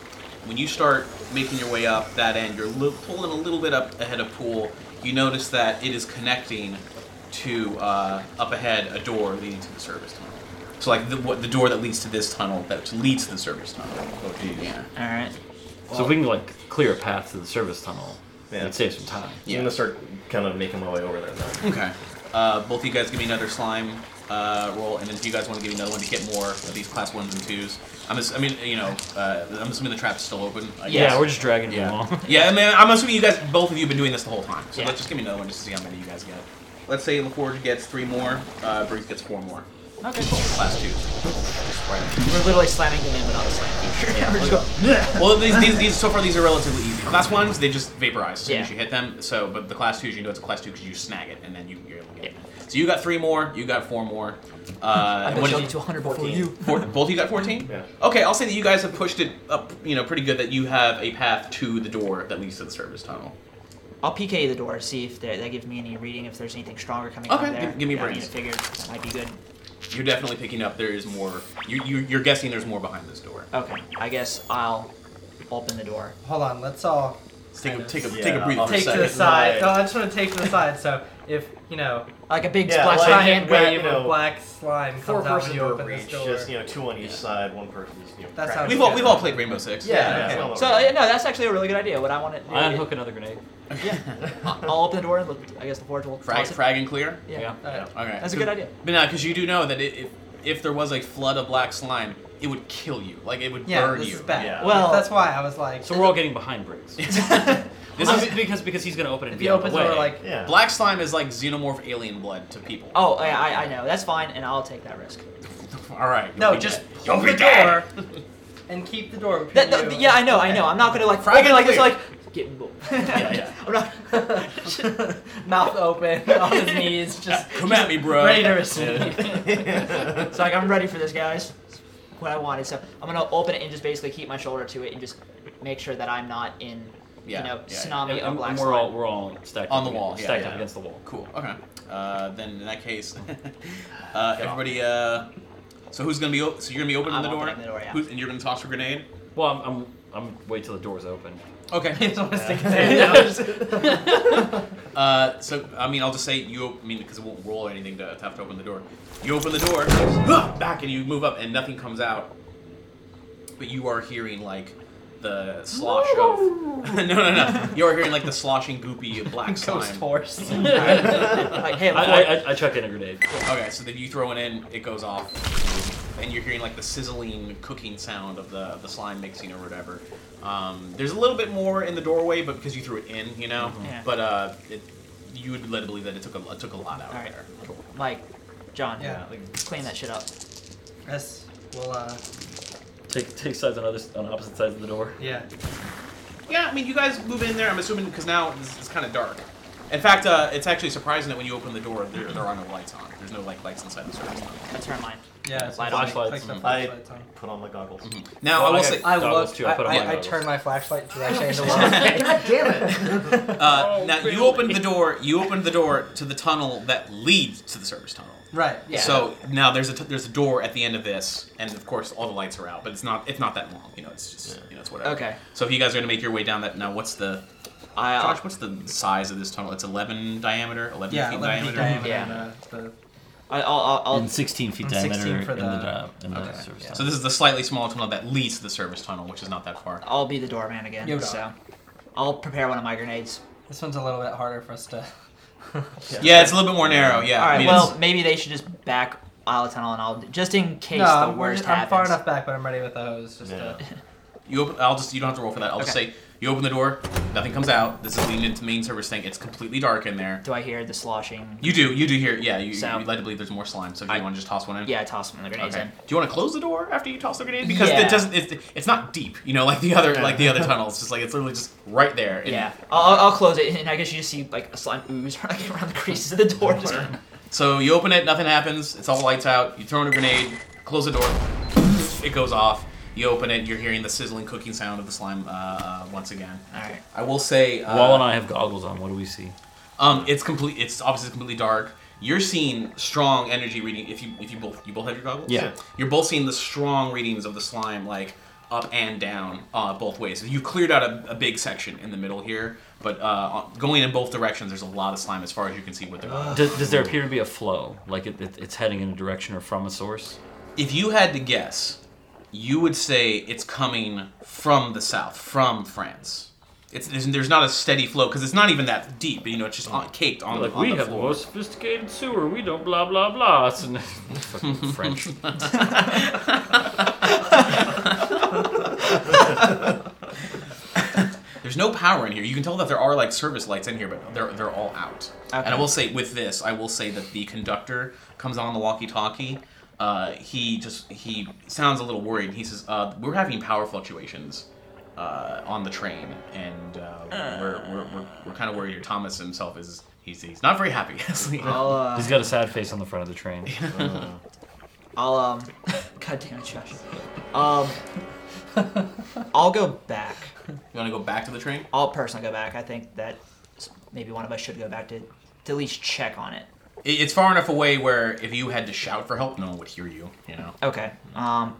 Speaker 5: When you start making your way up that end, you're li- pulling a little bit up ahead of pool. You notice that it is connecting to uh, up ahead a door leading to the service tunnel. So like the, what, the door that leads to this tunnel that leads to the service tunnel.
Speaker 1: Oh,
Speaker 5: Yeah.
Speaker 4: All right.
Speaker 2: so if we can like clear a path to the service tunnel,
Speaker 1: Yeah.
Speaker 2: it saves some time.
Speaker 5: Yeah.
Speaker 1: I'm gonna start kind of making my way over there then.
Speaker 5: Okay. Uh, both of you guys give me another slime uh, roll, and then if you guys want to give me another one to get more of these class ones and twos, I'm ass- I mean, you know, uh, I'm assuming the trap's still open. I
Speaker 4: Yeah.
Speaker 5: guess.
Speaker 2: Yeah, we're just dragging it
Speaker 5: Yeah.
Speaker 2: along.
Speaker 5: yeah. I mean, I'm assuming you guys, both of you, have been doing this the whole time. So
Speaker 4: Yeah.
Speaker 5: let's just give me another one just to see how many you guys get. Let's say LaForge gets three more. Uh, Briggs gets four more.
Speaker 4: Okay. Cool.
Speaker 5: Class twos. Just right.
Speaker 4: We're literally slamming them in without a slam feature. We're just going,
Speaker 5: Well, these, these, these so far these are relatively easy. Class ones, they just vaporize as soon as
Speaker 4: Yeah.
Speaker 5: you hit them. So, but the class twos, you know, it's a class two because you snag it and then you, you're able to get it.
Speaker 4: Yeah.
Speaker 5: So you got three more. You got four more. Uh,
Speaker 4: I'm
Speaker 5: and what
Speaker 4: gonna
Speaker 5: did
Speaker 4: jump
Speaker 5: you-
Speaker 4: to 114. You.
Speaker 5: Four, both of you got 14?
Speaker 1: Yeah.
Speaker 5: Okay, I'll say that you guys have pushed it up, you know, pretty good that you have a path to the door that leads to the service tunnel.
Speaker 4: I'll PK the door, see if they, that gives me any reading, if there's anything stronger coming
Speaker 5: Okay,
Speaker 4: from there.
Speaker 5: give- give me
Speaker 4: Yeah, I mean,
Speaker 5: brains.
Speaker 4: I figured that might be good.
Speaker 5: You're definitely picking up there is more. You, you, you're guessing there's more behind this door.
Speaker 4: Okay, I guess I'll open the door.
Speaker 3: Hold on, let's all
Speaker 5: Take a, take a,
Speaker 1: Yeah,
Speaker 5: take a breather
Speaker 1: I'll
Speaker 5: for a
Speaker 3: take to
Speaker 5: second.
Speaker 3: the side.
Speaker 1: Right.
Speaker 3: No, I just want to take to the side, so if, you know,
Speaker 4: Like a big
Speaker 1: Yeah,
Speaker 4: splash
Speaker 1: like-
Speaker 4: of
Speaker 1: Giant
Speaker 4: hand
Speaker 1: grab,
Speaker 3: wave
Speaker 1: you
Speaker 3: of
Speaker 1: know,
Speaker 3: black slime comes
Speaker 1: Four
Speaker 3: out when
Speaker 1: person
Speaker 3: you
Speaker 1: per
Speaker 3: open
Speaker 1: reach,
Speaker 3: this door.
Speaker 1: just you know, two on each side, one person's you know.
Speaker 3: That
Speaker 1: cracking.
Speaker 3: sounds
Speaker 5: We've all, we've all played Rainbow Six.
Speaker 1: Yeah.
Speaker 5: okay.
Speaker 1: yeah.
Speaker 4: So uh, no, that's actually a really good idea. What I want to
Speaker 2: I unhook another grenade.
Speaker 4: I'll open the door and look, I guess the forge will
Speaker 5: Frag,
Speaker 4: toss it.
Speaker 5: frag and clear?
Speaker 4: Yeah.
Speaker 2: Yeah.
Speaker 3: Alright.
Speaker 5: Okay.
Speaker 4: That's a good idea.
Speaker 5: But now, because you do know that it, if, if there was a flood of black slime, it would kill you. Like, it would
Speaker 3: Yeah,
Speaker 5: burn
Speaker 3: this
Speaker 5: you.
Speaker 3: is bad.
Speaker 1: Yeah.
Speaker 4: Well-
Speaker 3: that's why I was like,
Speaker 2: So we're all getting behind Briggs.
Speaker 5: This
Speaker 6: Um,
Speaker 5: is
Speaker 6: because because he's gonna open it.
Speaker 3: If
Speaker 6: the
Speaker 3: he opens
Speaker 6: way.
Speaker 3: it, we're like,
Speaker 1: Yeah.
Speaker 5: black slime is like xenomorph alien blood to people.
Speaker 4: Oh, yeah, I, I know. That's fine, and I'll take that risk.
Speaker 5: all right.
Speaker 3: no,
Speaker 5: you'll be
Speaker 3: just
Speaker 5: dead.
Speaker 3: pull
Speaker 5: You'll
Speaker 3: the
Speaker 5: be dead.
Speaker 3: door and keep the door between
Speaker 4: That, that-
Speaker 3: you
Speaker 4: yeah, I
Speaker 3: and-
Speaker 4: know, I know. I'm not gonna like
Speaker 5: Frag
Speaker 4: like like
Speaker 5: and
Speaker 4: it's
Speaker 5: clear.
Speaker 4: like get boom. yeah,
Speaker 6: yeah.
Speaker 4: I'm not.
Speaker 3: Mouth open, on his knees, just
Speaker 5: Come at me, bro.
Speaker 3: ready to receive.
Speaker 4: It's like I'm ready for this, guys. It's what I wanted. So I'm gonna open it and just basically keep my shoulder to it and just make sure that I'm not in
Speaker 5: Yeah,
Speaker 4: you know
Speaker 5: yeah, yeah.
Speaker 4: tsunami
Speaker 6: And-
Speaker 4: or
Speaker 6: and
Speaker 4: black
Speaker 6: we're all
Speaker 4: slime.
Speaker 6: we're all stacked
Speaker 5: On
Speaker 6: up
Speaker 5: the
Speaker 6: against-
Speaker 5: wall, yeah,
Speaker 6: stacked
Speaker 5: yeah.
Speaker 6: up against the wall.
Speaker 5: Cool. Okay. Uh, then in that case, uh, everybody. Uh, so who's gonna be? O- so you're gonna be opening
Speaker 4: I'm
Speaker 5: the door.
Speaker 4: opening the door, yeah.
Speaker 5: Who's- and you're gonna toss a grenade.
Speaker 6: Well, I'm I'm, I'm wait till the door's open.
Speaker 3: He
Speaker 5: Okay.
Speaker 3: just wants to continue.
Speaker 5: Uh, so I mean, I'll just say you. op- I mean, because it won't roll or anything to, to have to open the door. You open the door, back, and you move up, and nothing comes out. But you are hearing like the slosh of. no, no, no. You are hearing like the sloshing, goopy black
Speaker 3: Ghost
Speaker 5: slime.
Speaker 3: horse.
Speaker 4: like hey,
Speaker 6: I,
Speaker 4: before,
Speaker 6: I, I, I chuck in a grenade.
Speaker 5: Okay, so then you throw it in, it goes off, and you're hearing like the sizzling cooking sound of the the slime mixing or whatever. Um, there's a little bit more in the doorway, but because you threw it in, you know.
Speaker 4: Yeah.
Speaker 5: But uh, it, you would led to believe that it took a it took a lot out of
Speaker 4: Alright.
Speaker 5: there.
Speaker 4: like John,
Speaker 3: Yeah.
Speaker 4: clean that shit up.
Speaker 3: Yes. Well, uh,
Speaker 6: Take take sides on other on opposite sides of the door.
Speaker 3: yeah.
Speaker 5: Yeah, I mean, you guys move in there. I'm assuming because now it's, it's kind of dark. In fact, uh, it's actually surprising that when you open the door, there, there are no lights on. There's no like lights inside the service. tunnel.
Speaker 4: I turn mine.
Speaker 3: Yeah. it's
Speaker 4: Light
Speaker 3: like-
Speaker 6: flashlights.
Speaker 3: like the
Speaker 6: Mm.
Speaker 1: I
Speaker 3: flashlights on.
Speaker 1: put on my goggles.
Speaker 5: Mm-hmm. Now
Speaker 6: Well,
Speaker 5: I will
Speaker 6: I got-
Speaker 5: say,
Speaker 3: I
Speaker 6: Goggles,
Speaker 3: looked.
Speaker 6: too. I
Speaker 3: I,
Speaker 6: put on my
Speaker 3: I, I
Speaker 6: goggles.
Speaker 3: turned my flashlight to that shade alone.
Speaker 1: God damn it!
Speaker 5: Uh,
Speaker 6: Oh,
Speaker 5: now you
Speaker 6: really?
Speaker 5: opened the door. You opened the door to the tunnel that leads to the service tunnel.
Speaker 3: Right. Yeah.
Speaker 5: So now there's a t- there's a door at the end of this, and of course all the lights are out, but it's not it's not that long. You know, it's just you know it's whatever.
Speaker 4: Okay.
Speaker 5: So if you guys are gonna make your way down that now, what's the
Speaker 4: I uh,
Speaker 5: Josh? What's the size of this tunnel? It's 11 diameter, 11
Speaker 3: yeah.
Speaker 5: feet
Speaker 3: 11 feet
Speaker 5: diameter.
Speaker 3: diameter.
Speaker 4: Yeah.
Speaker 3: and, uh, the-
Speaker 4: I, I'll, I'll, I'll
Speaker 2: And 16 feet
Speaker 3: And
Speaker 2: diameter
Speaker 3: 16 for
Speaker 2: in the,
Speaker 3: the-
Speaker 2: uh, in the
Speaker 3: Okay,
Speaker 2: service
Speaker 3: yeah.
Speaker 2: tunnel.
Speaker 5: So this is the slightly smaller tunnel that leads to the service tunnel, which is not that far.
Speaker 4: I'll be the doorman again.
Speaker 3: Yo, dog.
Speaker 4: so I'll prepare one of my grenades.
Speaker 3: This one's a little bit harder for us to.
Speaker 5: Yeah, it's a little bit more narrow. Yeah.
Speaker 4: All right.
Speaker 5: I mean,
Speaker 4: well,
Speaker 5: it's-
Speaker 4: maybe they should just back out of tunnel and I'll just in case
Speaker 3: no,
Speaker 4: the
Speaker 3: I'm, we're
Speaker 4: worst
Speaker 3: just- I'm far
Speaker 4: happens.
Speaker 3: enough back, but I'm ready with the hose. Just
Speaker 1: Yeah.
Speaker 3: to,
Speaker 5: You open. I'll just. You don't have to roll for that. I'll just
Speaker 4: Okay.
Speaker 5: say you open the door. Nothing comes out. This is leading into the main service thing. It's completely dark in there.
Speaker 4: Do I hear the sloshing?
Speaker 5: You do. You do hear. Yeah. You.
Speaker 4: So-
Speaker 5: You'd like to believe there's more slime. So if you
Speaker 4: I-
Speaker 5: want to just toss one in.
Speaker 4: Yeah, I toss one of the grenades
Speaker 5: Okay.
Speaker 4: in.
Speaker 5: Do you want to close the door after you toss the grenade? Because
Speaker 4: Yeah.
Speaker 5: it doesn't. It's, it's not deep. You know, like the other like the other tunnels. Just like it's literally just right there. And-
Speaker 4: Yeah, I'll, I'll- I'll close it, and I guess you just see like a slime ooze like, around the creases of the door. Just,
Speaker 5: So you open it. Nothing happens. It's all lights out. You throw in a grenade. Close the door. It goes off. You open it. You're hearing the sizzling cooking sound of the slime uh, uh, once again.
Speaker 4: all right,
Speaker 5: I will say. Uh,
Speaker 6: Wall and I have goggles on. What do we see?
Speaker 5: Um, it's complete. It's obviously completely dark. You're seeing strong energy reading. If you if you both you both have your goggles.
Speaker 1: Yeah.
Speaker 5: You're both seeing the strong readings of the slime like up and down uh, both ways. You cleared out a, a big section in the middle here, but uh, going in both directions, there's a lot of slime as far as you can see with the.
Speaker 6: Does, does there appear to be a flow? Like it, it, it's heading in a direction or from a source?
Speaker 5: If you had to guess, you would say it's coming from the south, from France. It's, there's, there's not a steady flow because it's not even that deep. You know, it's just on, caked on,
Speaker 6: Like
Speaker 5: the, on
Speaker 6: we
Speaker 5: the
Speaker 6: have the
Speaker 5: floor.
Speaker 6: most sophisticated sewer. We don't blah blah blah. It's in- fucking French.
Speaker 5: There's no power in here. You can tell that there are like service lights in here, but they're they're all out. And I will say with this, I will say that the conductor comes on the walkie-talkie. Uh, he just he sounds a little worried. He says, uh, "We're having power fluctuations uh, on the train, and uh, we're, we're, we're, we're kind of worried. Here. Thomas himself is he's, he's not very happy."
Speaker 4: I'll uh,
Speaker 6: He's got a sad face on the front of the train.
Speaker 4: I'll um, god damn it, Josh. Um, I'll go back.
Speaker 5: you want to go back to the train?
Speaker 4: I'll personally go back. I think that s- maybe one of us should go back to to at least check on it.
Speaker 5: It, it's far enough away where if you had to shout for help, no one would hear you. You know.
Speaker 4: Okay. Um,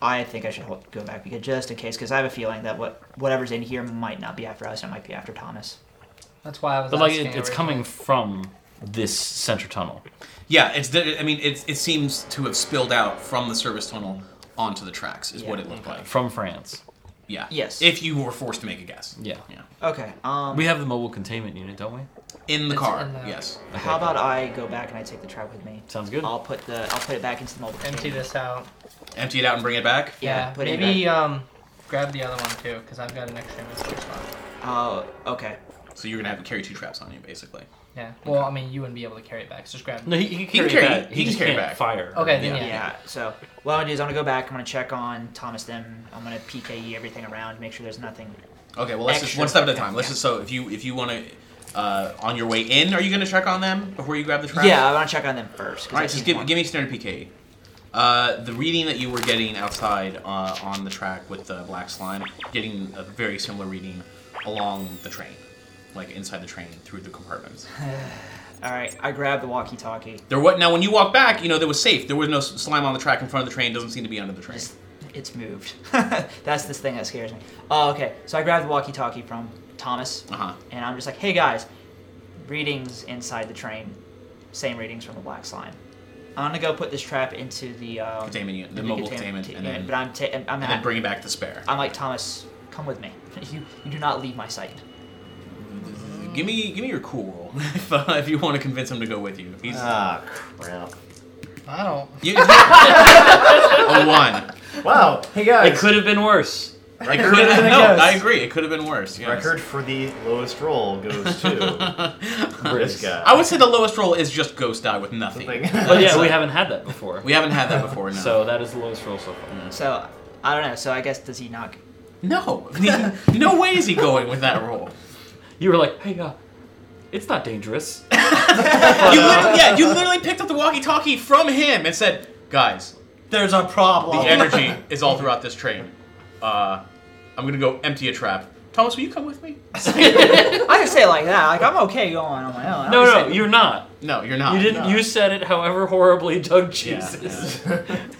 Speaker 4: I think I should hold, go back because just in case, because I have a feeling that what whatever's in here might not be after us. It might be after Thomas.
Speaker 3: that's why I was.
Speaker 6: But like
Speaker 3: asking
Speaker 6: it, it's
Speaker 3: originally.
Speaker 6: coming from this center tunnel.
Speaker 5: Yeah, it's. I mean, it, it seems to have spilled out from the service tunnel onto the tracks. Is
Speaker 4: Yeah.
Speaker 5: what it looked like.
Speaker 6: From France.
Speaker 5: Yeah.
Speaker 4: Yes.
Speaker 5: If you were forced to make a guess.
Speaker 6: Yeah.
Speaker 5: Yeah.
Speaker 4: Okay. Um,
Speaker 6: We have the mobile containment unit, don't we?
Speaker 5: In the car.
Speaker 3: in the-
Speaker 5: Yes.
Speaker 4: how about I go back and I take the trap with me?
Speaker 6: Sounds good.
Speaker 4: I'll put the I'll put it back into the mobile.
Speaker 3: Empty
Speaker 4: container.
Speaker 3: this out.
Speaker 5: Empty it out and bring it back.
Speaker 4: Yeah, put it
Speaker 3: maybe
Speaker 4: back.
Speaker 3: um, grab the other one too, because I've got an extra mystery spot.
Speaker 4: Oh, okay.
Speaker 5: So you're gonna have to carry two traps on you, basically.
Speaker 7: Yeah. Well, I mean, you wouldn't be able to carry it back. So just grab.
Speaker 2: No, he, he
Speaker 5: can
Speaker 2: can carry,
Speaker 5: carry-
Speaker 2: back.
Speaker 5: he can
Speaker 2: just
Speaker 5: carry
Speaker 2: can't
Speaker 5: back.
Speaker 2: Fire.
Speaker 7: Okay, then
Speaker 5: Yeah.
Speaker 7: yeah.
Speaker 4: Yeah. So what I'm gonna do is I'm gonna go back. I'm gonna check on Thomas. Them. I'm gonna PKE everything around. Make sure there's nothing.
Speaker 5: Okay, well let's just
Speaker 4: Extra.
Speaker 5: one step at a time. Let's
Speaker 4: Yeah.
Speaker 5: just so if you if you want to uh, on your way in, are you gonna check on them before you grab the trap?
Speaker 4: Yeah, I want to check on them first. 'cause
Speaker 5: All
Speaker 4: I
Speaker 5: right, just
Speaker 4: seen
Speaker 5: give,
Speaker 4: one.
Speaker 5: give me standard PK. Uh, the reading that you were getting outside uh, on the track with the black slime, getting a very similar reading along the train, like inside the train through the compartments.
Speaker 4: All right, I grabbed the walkie-talkie.
Speaker 5: There what now? When you walk back, you know there was safe. There was no s- slime on the track in front of the train. Doesn't seem to be under the train.
Speaker 4: It's, it's moved. That's this thing that scares me. Oh, okay. So I grabbed the walkie-talkie from Thomas,
Speaker 5: Uh huh.
Speaker 4: and I'm just like, "Hey guys, readings inside the train. Same readings from the black slime. I'm gonna go put this trap into the um,
Speaker 5: Containment unit, the mobile containment, and
Speaker 4: unit,
Speaker 5: then-
Speaker 4: but I'm ta- I'm, I'm,
Speaker 5: And then bringing back the spare.
Speaker 4: I'm like Thomas. Come with me. You you do not leave my sight.
Speaker 5: Give me give me your cool roll if, uh, if you want to convince him to go with you. He's
Speaker 1: Ah, crap.
Speaker 7: I don't.
Speaker 5: you, a one.
Speaker 1: Wow. Hey guys.
Speaker 2: It could have been worse.
Speaker 1: Record,
Speaker 5: It could have, no,
Speaker 1: goes-
Speaker 5: I agree. It could have been worse. yes.
Speaker 1: Record for the lowest roll goes to this guy.
Speaker 5: I would say the lowest roll is just ghost die with nothing.
Speaker 2: But yeah, we haven't had that before.
Speaker 5: We Mm. haven't had that before. No.
Speaker 2: So that is the lowest roll so far.
Speaker 5: Uh-huh.
Speaker 4: So I don't know. So I guess does he not?
Speaker 5: no, no way is he going with that roll.
Speaker 2: You were like, hey, uh, it's not dangerous.
Speaker 5: You literally, yeah, you literally picked up the walkie-talkie from him and said, "Guys,
Speaker 3: There's a problem.
Speaker 5: the energy is all throughout this train. Uh, I'm gonna go empty a trap. Thomas, will you come with me?
Speaker 4: I didn't say it like that. Like "Oh, I'm okay going on my own. I
Speaker 2: No,
Speaker 4: was
Speaker 2: no,
Speaker 4: saying-
Speaker 2: you're not.
Speaker 5: No, you're not.
Speaker 2: You didn't.
Speaker 5: No.
Speaker 2: You said it, however horribly Doug
Speaker 5: Yeah,
Speaker 2: chooses.
Speaker 5: yeah.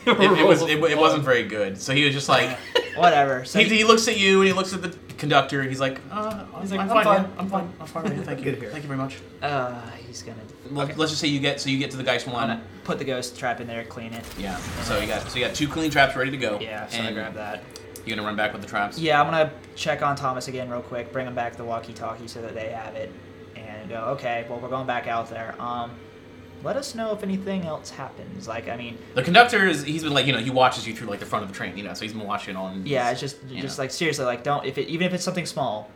Speaker 5: It, it was. It, it wasn't very good. So he was just like,
Speaker 4: whatever. So
Speaker 5: he, he looks at you and he looks at the conductor and he's like, uh, he's like, I'm, fine. man. I'm fine. I'm fine. man. Thank you.
Speaker 1: Good here.
Speaker 5: Thank you very much.
Speaker 4: uh, he's gonna
Speaker 5: Well, Let's just say you get. So you get to the Geist one.
Speaker 4: put the ghost trap in there, clean it.
Speaker 5: Yeah. So you got so you got two clean traps ready to go.
Speaker 4: Yeah, so
Speaker 5: and
Speaker 4: I grab that.
Speaker 5: You gonna run back with the traps?
Speaker 4: Yeah, I'm gonna check on Thomas again real quick. Bring him back the walkie-talkie so that they have it, and go. Okay, well we're going back out there. Um, let us know if anything else happens. Like I mean,
Speaker 5: The conductor is he's been like you know he watches you through like the front of the train you know so he's been watching all. And
Speaker 4: yeah, it's just
Speaker 5: you
Speaker 4: just
Speaker 5: know.
Speaker 4: like seriously, like don't if it even if it's something small,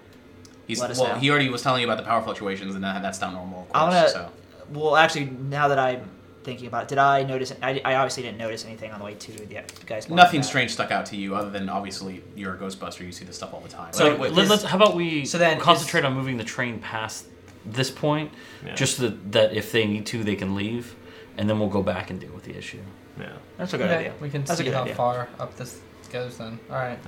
Speaker 5: he's
Speaker 4: let us
Speaker 5: well
Speaker 4: know.
Speaker 5: he already was telling you about the power fluctuations and that, that's not normal of course.
Speaker 4: I'm gonna.
Speaker 5: So
Speaker 4: Well, actually, now that I'm thinking about it, did I notice? I, I obviously didn't notice anything on the way to the guys. walking
Speaker 5: nothing
Speaker 4: back.
Speaker 5: strange stuck out to you other than obviously you're a Ghostbuster you see this stuff all the time.
Speaker 2: So
Speaker 5: Like, wait,
Speaker 2: let, us
Speaker 5: this-
Speaker 2: How about we
Speaker 3: So then
Speaker 2: concentrate on moving the train past this point,
Speaker 1: Yeah.
Speaker 2: just that, that if they need to, they can leave, and then we'll go back and deal with the issue.
Speaker 1: Yeah.
Speaker 4: That's a good
Speaker 7: Okay.
Speaker 4: idea.
Speaker 7: We can
Speaker 4: That's a
Speaker 7: see
Speaker 4: good
Speaker 7: how
Speaker 4: idea.
Speaker 7: far up this goes then. All right.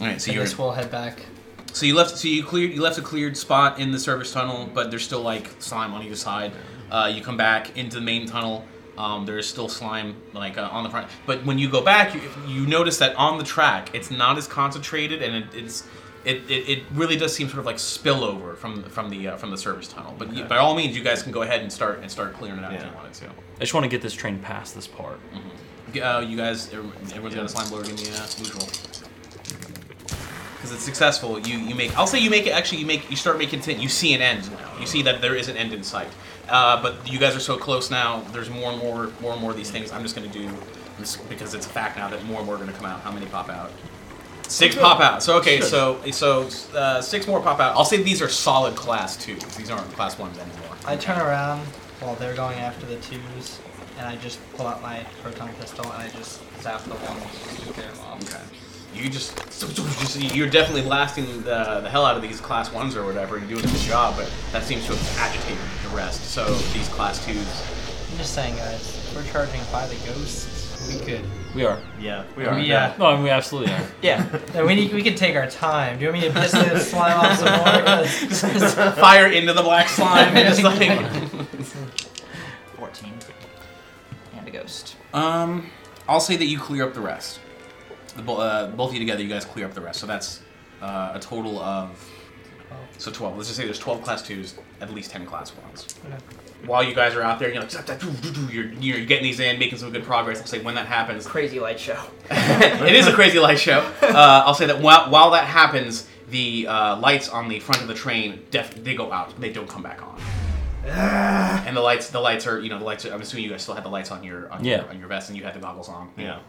Speaker 5: all right, so
Speaker 7: So I
Speaker 5: you're
Speaker 7: guess we'll head back.
Speaker 5: so you left so you cleared you left a cleared spot in the service tunnel but there's still like slime on either side. Uh, you come back into the main tunnel. Um, there is still slime like uh, on the front, but when you go back, you, you notice that on the track it's not as concentrated, and it, it's it, it, it really does seem sort of like spillover from from the uh, from the service tunnel. But you, by all means, you guys can go ahead and start and start clearing it out if you
Speaker 1: Yeah.
Speaker 5: wanted to.
Speaker 2: I just want to get this train past this part.
Speaker 5: Uh, you guys, everyone's got a slime blower. Give me a move roll. Because it's successful, you you make. I'll say you make it. Actually, you make. You start making tin. You see an end now. You see that there is an end in sight. Uh, but you guys are so close now. There's more and more, more and more of these things. I'm just gonna do this because it's a fact now that more and more are gonna come out. How many pop out? Six pop out. So okay, so so uh, six more pop out. I'll say these are solid class twos. These aren't class ones anymore.
Speaker 3: I turn around while they're going after the twos, and I just pull out my proton pistol and I just zap the ones to clear them off.
Speaker 5: Okay. You just, just- you're definitely blasting the, the hell out of these class ones or whatever. You're doing a good job, but that seems to have agitated the rest. So these class twos.
Speaker 3: I'm just saying, guys, if we're charging by the ghosts. We could.
Speaker 2: We are.
Speaker 1: Oh, Yeah.
Speaker 5: We are.
Speaker 3: Yeah.
Speaker 2: No, I mean, we absolutely are.
Speaker 4: Yeah.
Speaker 3: No, we need. We could take our time. Do you want me to piss this slime off some more? 'Cause this-
Speaker 5: Fire into the black slime. It's like,
Speaker 4: 14. And a ghost.
Speaker 5: um, I'll say that you clear up the rest. The, bo- uh, both of you together, you guys clear up the rest. So that's uh, a total of. So 12. Let's just say there's 12 class twos, at least 10 class ones. While you guys are out there, you're like, you're, you're getting these in, making some good progress. I'll say when that happens,
Speaker 4: Crazy light show.
Speaker 5: it is a crazy light show. Uh, I'll say that while, while that happens, the uh, lights on the front of the train def- they go out. They don't come back on. and the lights, the lights are, you know, the lights. Are, I'm assuming you guys still had the lights on your on,
Speaker 2: Yeah.
Speaker 5: your on your vest, and you had the goggles on.
Speaker 1: Yeah.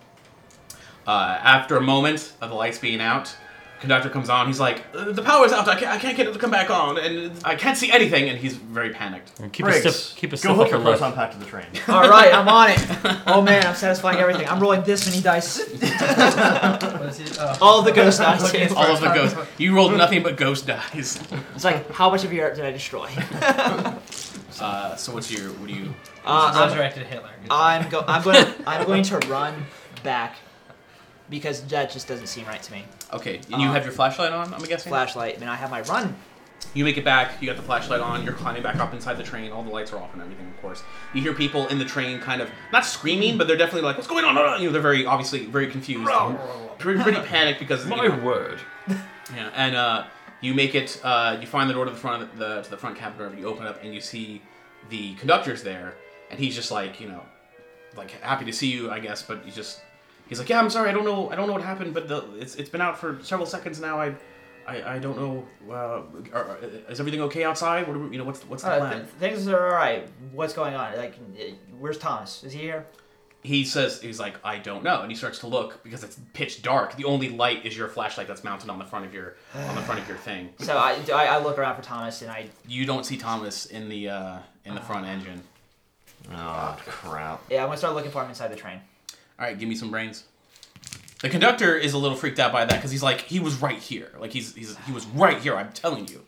Speaker 5: Uh, after a moment of the lights being out, conductor comes on. He's like, "Uh, the power's out. I can't, I can't get it to come back on, and I can't see anything. And he's very panicked.
Speaker 2: Keep a
Speaker 1: Briggs,
Speaker 2: step. Keep a
Speaker 1: go
Speaker 2: step
Speaker 1: hook
Speaker 2: up
Speaker 1: your
Speaker 2: your left.
Speaker 1: proton pack to the train.
Speaker 4: All right, I'm on it. Oh man, I'm satisfying everything. I'm rolling this many dice.
Speaker 7: What is it? Oh.
Speaker 4: All the ghost dice.
Speaker 7: Okay,
Speaker 5: All of the
Speaker 7: first
Speaker 5: ghosts.
Speaker 7: time.
Speaker 5: You rolled nothing but ghost dies.
Speaker 4: It's like, how much of your art did I destroy?
Speaker 5: Uh, so what's your? What do you?
Speaker 4: Uh, I'm-
Speaker 7: resurrected Hitler.
Speaker 4: I'm go. I'm going. I'm going to run back because that just doesn't seem right to me.
Speaker 5: Okay, and you
Speaker 4: Uh,
Speaker 5: have your flashlight on. I'm guessing.
Speaker 4: Flashlight, and I have my run.
Speaker 5: You make it back. You got the flashlight on. You're climbing back up inside the train. All the lights are off and everything, of course. You hear people in the train kind of not screaming, but they're definitely like, "What's going on?" You know, they're very obviously very confused,
Speaker 4: Oh.
Speaker 5: pretty, pretty panicked because you know,
Speaker 6: My word.
Speaker 5: Yeah, and uh, you make it. Uh, you find the door to the front of the to the front cabin door. You open up and you see the conductor's there, and he's just like, you know, like happy to see you, I guess. But he's just, he's like, yeah, I'm sorry, I don't know, I don't know what happened, but the, it's it's been out for several seconds now. I, I, I don't know. Uh, are, is everything okay outside? What do we, you know, what's what's the
Speaker 4: Uh,
Speaker 5: plan?
Speaker 4: th- things are all right. What's going on? Like, uh, where's Thomas? Is he here?
Speaker 5: he says he's like i don't know and he starts to look because it's pitch dark the only light is your flashlight that's mounted on the front of your on the front of your thing
Speaker 4: So I, do I, I look around for Thomas, and I.
Speaker 5: you don't see thomas in the uh in the
Speaker 7: Ah.
Speaker 5: front engine
Speaker 1: Oh crap!
Speaker 4: Yeah, I'm gonna start looking for him inside the train.
Speaker 5: all right give me some brains the conductor is a little freaked out by that because he's like he was right here like he's, he's he was right here i'm telling you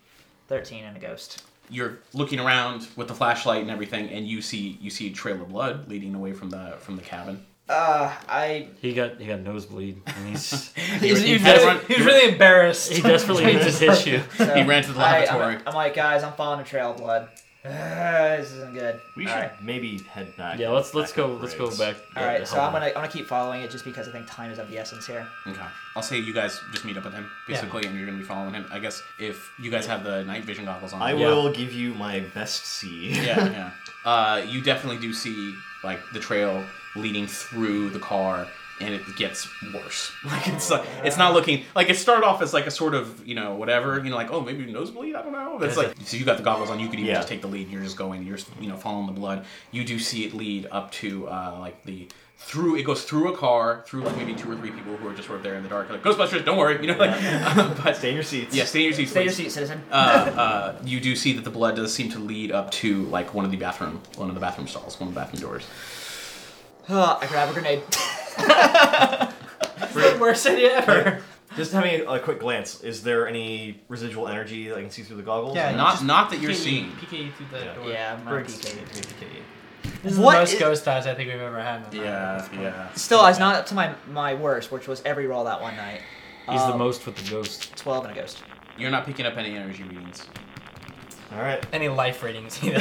Speaker 4: Thirteen and a ghost.
Speaker 5: you're looking around with the flashlight and everything and you see you see a trail of blood leading away from the from the cabin
Speaker 4: Uh, I.
Speaker 2: He got he got nosebleed, and he's
Speaker 5: You're-
Speaker 7: He's,
Speaker 5: you
Speaker 7: he's,
Speaker 5: had
Speaker 7: really,
Speaker 5: run-
Speaker 7: he's really embarrassed.
Speaker 2: he desperately needs his tissue.
Speaker 4: so
Speaker 5: he ran to the
Speaker 4: I-
Speaker 5: lavatory
Speaker 4: I'm, I'm like, guys, I'm following a trail of blood. Uh, this isn't good.
Speaker 1: We should
Speaker 4: All right.
Speaker 1: maybe head back.
Speaker 2: Yeah, let's let's
Speaker 1: back
Speaker 2: go
Speaker 1: up
Speaker 2: let's go
Speaker 1: Briggs.
Speaker 2: back.
Speaker 4: All
Speaker 2: yeah,
Speaker 4: right,
Speaker 2: the
Speaker 4: so
Speaker 2: hell
Speaker 4: I'm
Speaker 2: back.
Speaker 4: gonna I'm gonna keep following it just because I think time is of the essence here.
Speaker 5: Okay. I'll say you guys just meet up with him, basically, and you're gonna be following him. I guess if you guys have the night vision goggles on.
Speaker 1: I
Speaker 2: Yeah.
Speaker 1: will give you my best C.
Speaker 5: yeah, yeah. Uh, you definitely do see like the trail leading through the car, and it gets worse. Like it's
Speaker 4: Oh,
Speaker 5: like it's not looking like it started off as like a sort of you know whatever you know like oh maybe nosebleed I don't know. That's like so you got the goggles on. You could even
Speaker 1: Yeah.
Speaker 5: just take the lead. You're just going. You're you know following the blood. You do see it lead up to uh, like the. Through it goes through a car, through like maybe two or three people who are just sort of there in the dark, like Ghostbusters. Don't worry, you know. Like, but
Speaker 1: Stay in your seats.
Speaker 5: yeah, stay in your seats.
Speaker 4: Stay in your
Speaker 5: please.
Speaker 4: seat, citizen.
Speaker 5: Uh, uh, you do see that the blood does seem to lead up to like one of the bathroom, one of the bathroom stalls, one of the bathroom doors.
Speaker 4: Uh, I grab a grenade. It's the worst idea ever.
Speaker 1: Just having a quick glance, is there any residual energy that I can see through the goggles?
Speaker 7: Yeah,
Speaker 5: Not, not that
Speaker 3: E
Speaker 5: you're
Speaker 7: PKE
Speaker 5: seeing.
Speaker 7: PKE through the
Speaker 1: Yeah.
Speaker 7: door.
Speaker 4: Yeah, I'm
Speaker 7: Briggs.
Speaker 4: PK'd.
Speaker 7: This is
Speaker 4: What
Speaker 7: the most
Speaker 4: is-
Speaker 7: ghost eyes I think we've ever had. in a night.
Speaker 5: yeah.
Speaker 4: Still, I was not up to my my worst, which was every roll that one night.
Speaker 2: he's the
Speaker 4: Um,
Speaker 2: most with the ghost.
Speaker 4: Twelve and a ghost.
Speaker 5: You're not picking up any energy readings.
Speaker 1: All right.
Speaker 7: Any life ratings either.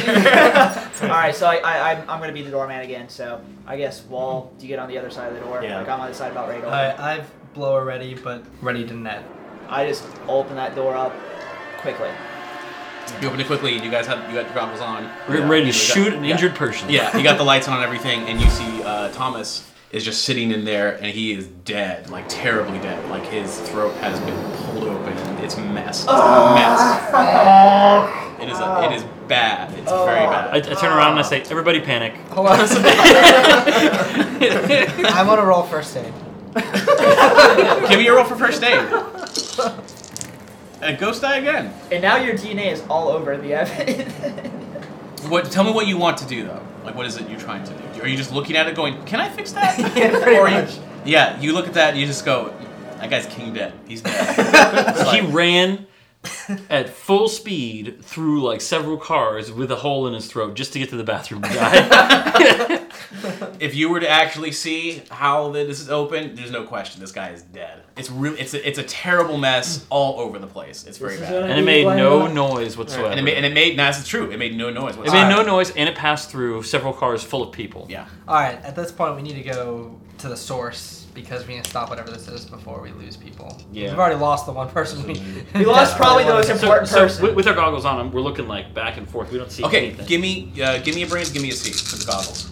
Speaker 4: All right, so I, I I'm, I'm gonna be the doorman again. So I guess Wall, do you get on the other side of the door?
Speaker 1: Yeah.
Speaker 4: Like I'm on the side about radar.
Speaker 7: I, I've blower ready, but ready to net.
Speaker 4: I just open that door up quickly.
Speaker 5: You open it quickly. You guys have you got your goggles on.
Speaker 2: We're
Speaker 5: Yeah,
Speaker 2: ready
Speaker 5: you
Speaker 2: to
Speaker 5: got-
Speaker 2: shoot an
Speaker 5: yeah.
Speaker 2: injured person.
Speaker 5: Yeah, you got the lights on and everything, and you see uh, Thomas is just sitting in there, and he is dead, like terribly dead. Like his throat has been pulled open. It's messed. It's a mess. It is. A, it is bad. It's very
Speaker 2: Oh. I, I
Speaker 5: bad.
Speaker 2: turn around and I say, "Everybody panic!"
Speaker 7: Hold on. I'm on a roll first aid.
Speaker 5: Give me a roll for first aid. And ghost die again.
Speaker 4: And now your DNA is all over the evidence.
Speaker 5: What? Tell me what you want to do though. Like, what is it you're trying to do? Are you just looking at it, going, "Can I fix that?"
Speaker 4: Yeah, pretty
Speaker 5: Or you-
Speaker 4: much.
Speaker 5: yeah, you look at that, and you just go, "That guy's king dead. He's dead." It's
Speaker 2: He
Speaker 5: like-
Speaker 2: ran at full speed through like several cars with a hole in his throat just to get to the bathroom to die.
Speaker 5: if you were to actually see how that this is open, there's no question this guy is dead. It's real. It's a, it's a terrible mess all over the place. It's very
Speaker 4: This is
Speaker 5: bad.
Speaker 4: it.
Speaker 2: and it made no noise whatsoever.
Speaker 5: And it made and it made. That's true. It made no noise.
Speaker 2: It made no noise, and it passed through several cars full of people.
Speaker 5: Yeah.
Speaker 7: All right, at this point, we need to go to the source because we need to stop whatever this is before we lose people.
Speaker 2: Yeah.
Speaker 7: We've already lost the one person. We,
Speaker 4: We lost probably the most
Speaker 7: Yeah.
Speaker 2: So,
Speaker 4: important
Speaker 2: so
Speaker 4: person.
Speaker 2: with, with our goggles on, we're looking like back and forth. We don't see
Speaker 5: Okay,
Speaker 2: anything.
Speaker 5: give me uh, give me a brains, give me a C for the goggles.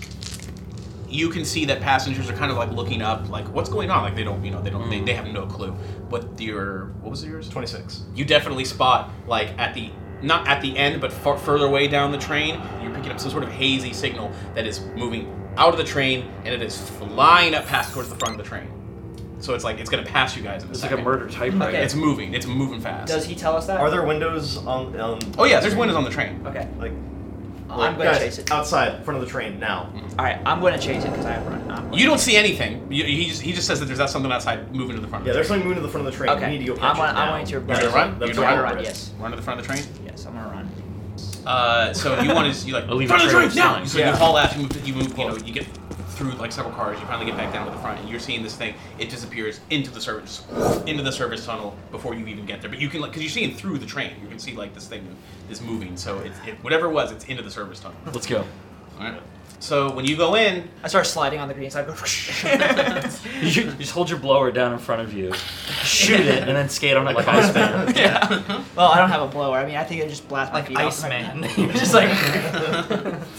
Speaker 5: You can see that passengers are kind of like looking up, like what's going on. Like they don't, you know, they don't, they, they have no clue. What your what was yours?
Speaker 1: Twenty-six.
Speaker 5: You definitely spot like at the not at the end, but far, further away down the train, you're picking up some sort of hazy signal that is moving out of the train and it is flying up past towards the front of the train. so it's like it's gonna pass you guys in a
Speaker 6: It's like
Speaker 5: second.
Speaker 6: a murder typewriter.
Speaker 4: Okay.
Speaker 5: It's moving. It's moving fast.
Speaker 4: Does he tell us that?
Speaker 1: Are there windows on? Um,
Speaker 5: oh yeah, there's windows on the train.
Speaker 4: Okay.
Speaker 1: Like,
Speaker 4: I'm gonna
Speaker 1: guys,
Speaker 4: chase it.
Speaker 1: outside, in front of the train now.
Speaker 4: All right, I'm gonna chase it because I have run. I'm
Speaker 5: You don't see anything. You, he, just, he just says that there's not something outside moving to the front.
Speaker 1: Yeah,
Speaker 5: of the
Speaker 1: there's something moving to the front of the train.
Speaker 4: Okay.
Speaker 1: We need to go catch
Speaker 4: I'm gonna-
Speaker 1: it
Speaker 4: I'm
Speaker 1: now.
Speaker 4: going to your
Speaker 5: train. You're
Speaker 4: brother.
Speaker 5: gonna run.
Speaker 1: That's
Speaker 5: You're
Speaker 1: all
Speaker 5: gonna
Speaker 1: there
Speaker 5: run.
Speaker 1: is.
Speaker 4: Yes.
Speaker 5: Run to the front of the train.
Speaker 4: Yes, I'm gonna run.
Speaker 5: Uh, so you want to you like
Speaker 2: I'll leave
Speaker 5: front
Speaker 2: a
Speaker 5: of the
Speaker 2: trail
Speaker 5: train
Speaker 2: of
Speaker 5: now.
Speaker 2: signs.
Speaker 5: So you
Speaker 1: Yeah.
Speaker 5: haul out. You move. You move. You know. You get through like several cars. You finally get back down to the front, and you're seeing this thing. It disappears into the service into the service tunnel before you even get there. But you can like because you're seeing through the train. You can see like this thing is moving. So it, it whatever it was, it's into the service tunnel.
Speaker 2: Let's go.
Speaker 5: All right. So when you go in,
Speaker 4: I start sliding on the green side. Go.
Speaker 2: You should- you just hold your blower down in front of you, shoot it, and then skate on it like ice man.
Speaker 5: yeah.
Speaker 4: well, I don't have a blower. I mean, I think I just blast my
Speaker 7: Like
Speaker 4: feet off.
Speaker 7: Iceman.
Speaker 4: just like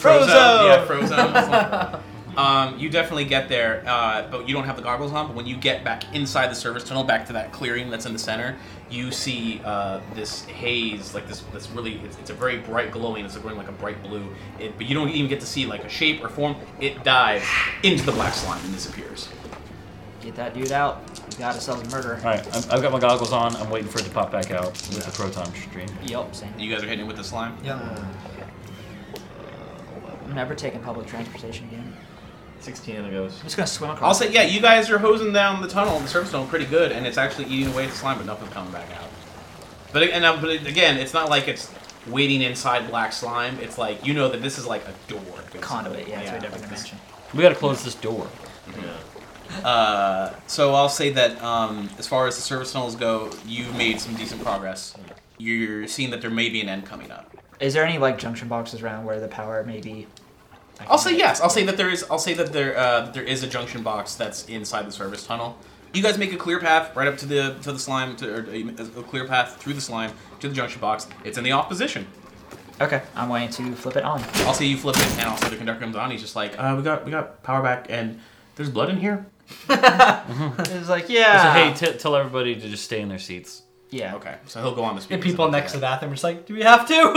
Speaker 5: Frozone. Yeah,
Speaker 4: Frozen.
Speaker 5: Frozone. um, you definitely get there, uh, but you don't have the goggles on. But when you get back inside the service tunnel, back to that clearing that's in the center, you see uh, this haze, like this. This really, it's, it's a very bright glowing. It's going like a bright blue. It, but you don't even get to see like a shape or form. It dives into the black slime and disappears.
Speaker 4: Get that dude out. We got ourselves a murderer.
Speaker 2: All right, I'm, I've got my goggles on. I'm waiting for it to pop back out with the proton stream.
Speaker 4: Yup, same.
Speaker 5: You guys are hitting it with the slime.
Speaker 7: Yeah.
Speaker 4: I'm never taking public transportation again.
Speaker 1: 16 and it goes.
Speaker 4: I'm just gonna swim across.
Speaker 5: I'll say, yeah, you guys are hosing down the tunnel, the service tunnel, pretty good, and it's actually eating away at the slime, but nothing's coming back out. But and uh, but again, it's not like it's waiting inside black slime. It's like you know that this is like a door, basically.
Speaker 4: conduit. Yeah, to a different
Speaker 5: like this-
Speaker 4: dimension.
Speaker 2: We gotta close this door.
Speaker 5: Uh, so I'll say that um, as far as the service tunnels go, you've made some decent progress. You're seeing that there may be an end coming up.
Speaker 4: Is there any like junction boxes around where the power may be?
Speaker 5: I'll say yes. I'll say that there is. I'll say that there uh, there is a junction box that's inside the service tunnel. You guys make a clear path right up to the to the slime to or uh, a a clear path through the slime to the junction box. It's in the off position.
Speaker 4: Okay, I'm going to flip it on.
Speaker 5: I'll say you flip it, and also the conductor comes on. He's just like, uh, we got we got power back, and there's blood in here.
Speaker 4: It's like
Speaker 2: So,
Speaker 4: yeah.
Speaker 2: hey, t- tell everybody to just stay in their seats.
Speaker 4: yeah.
Speaker 5: Okay, so he'll go on the speaker.
Speaker 7: And people next to that, they're just like, do we have to?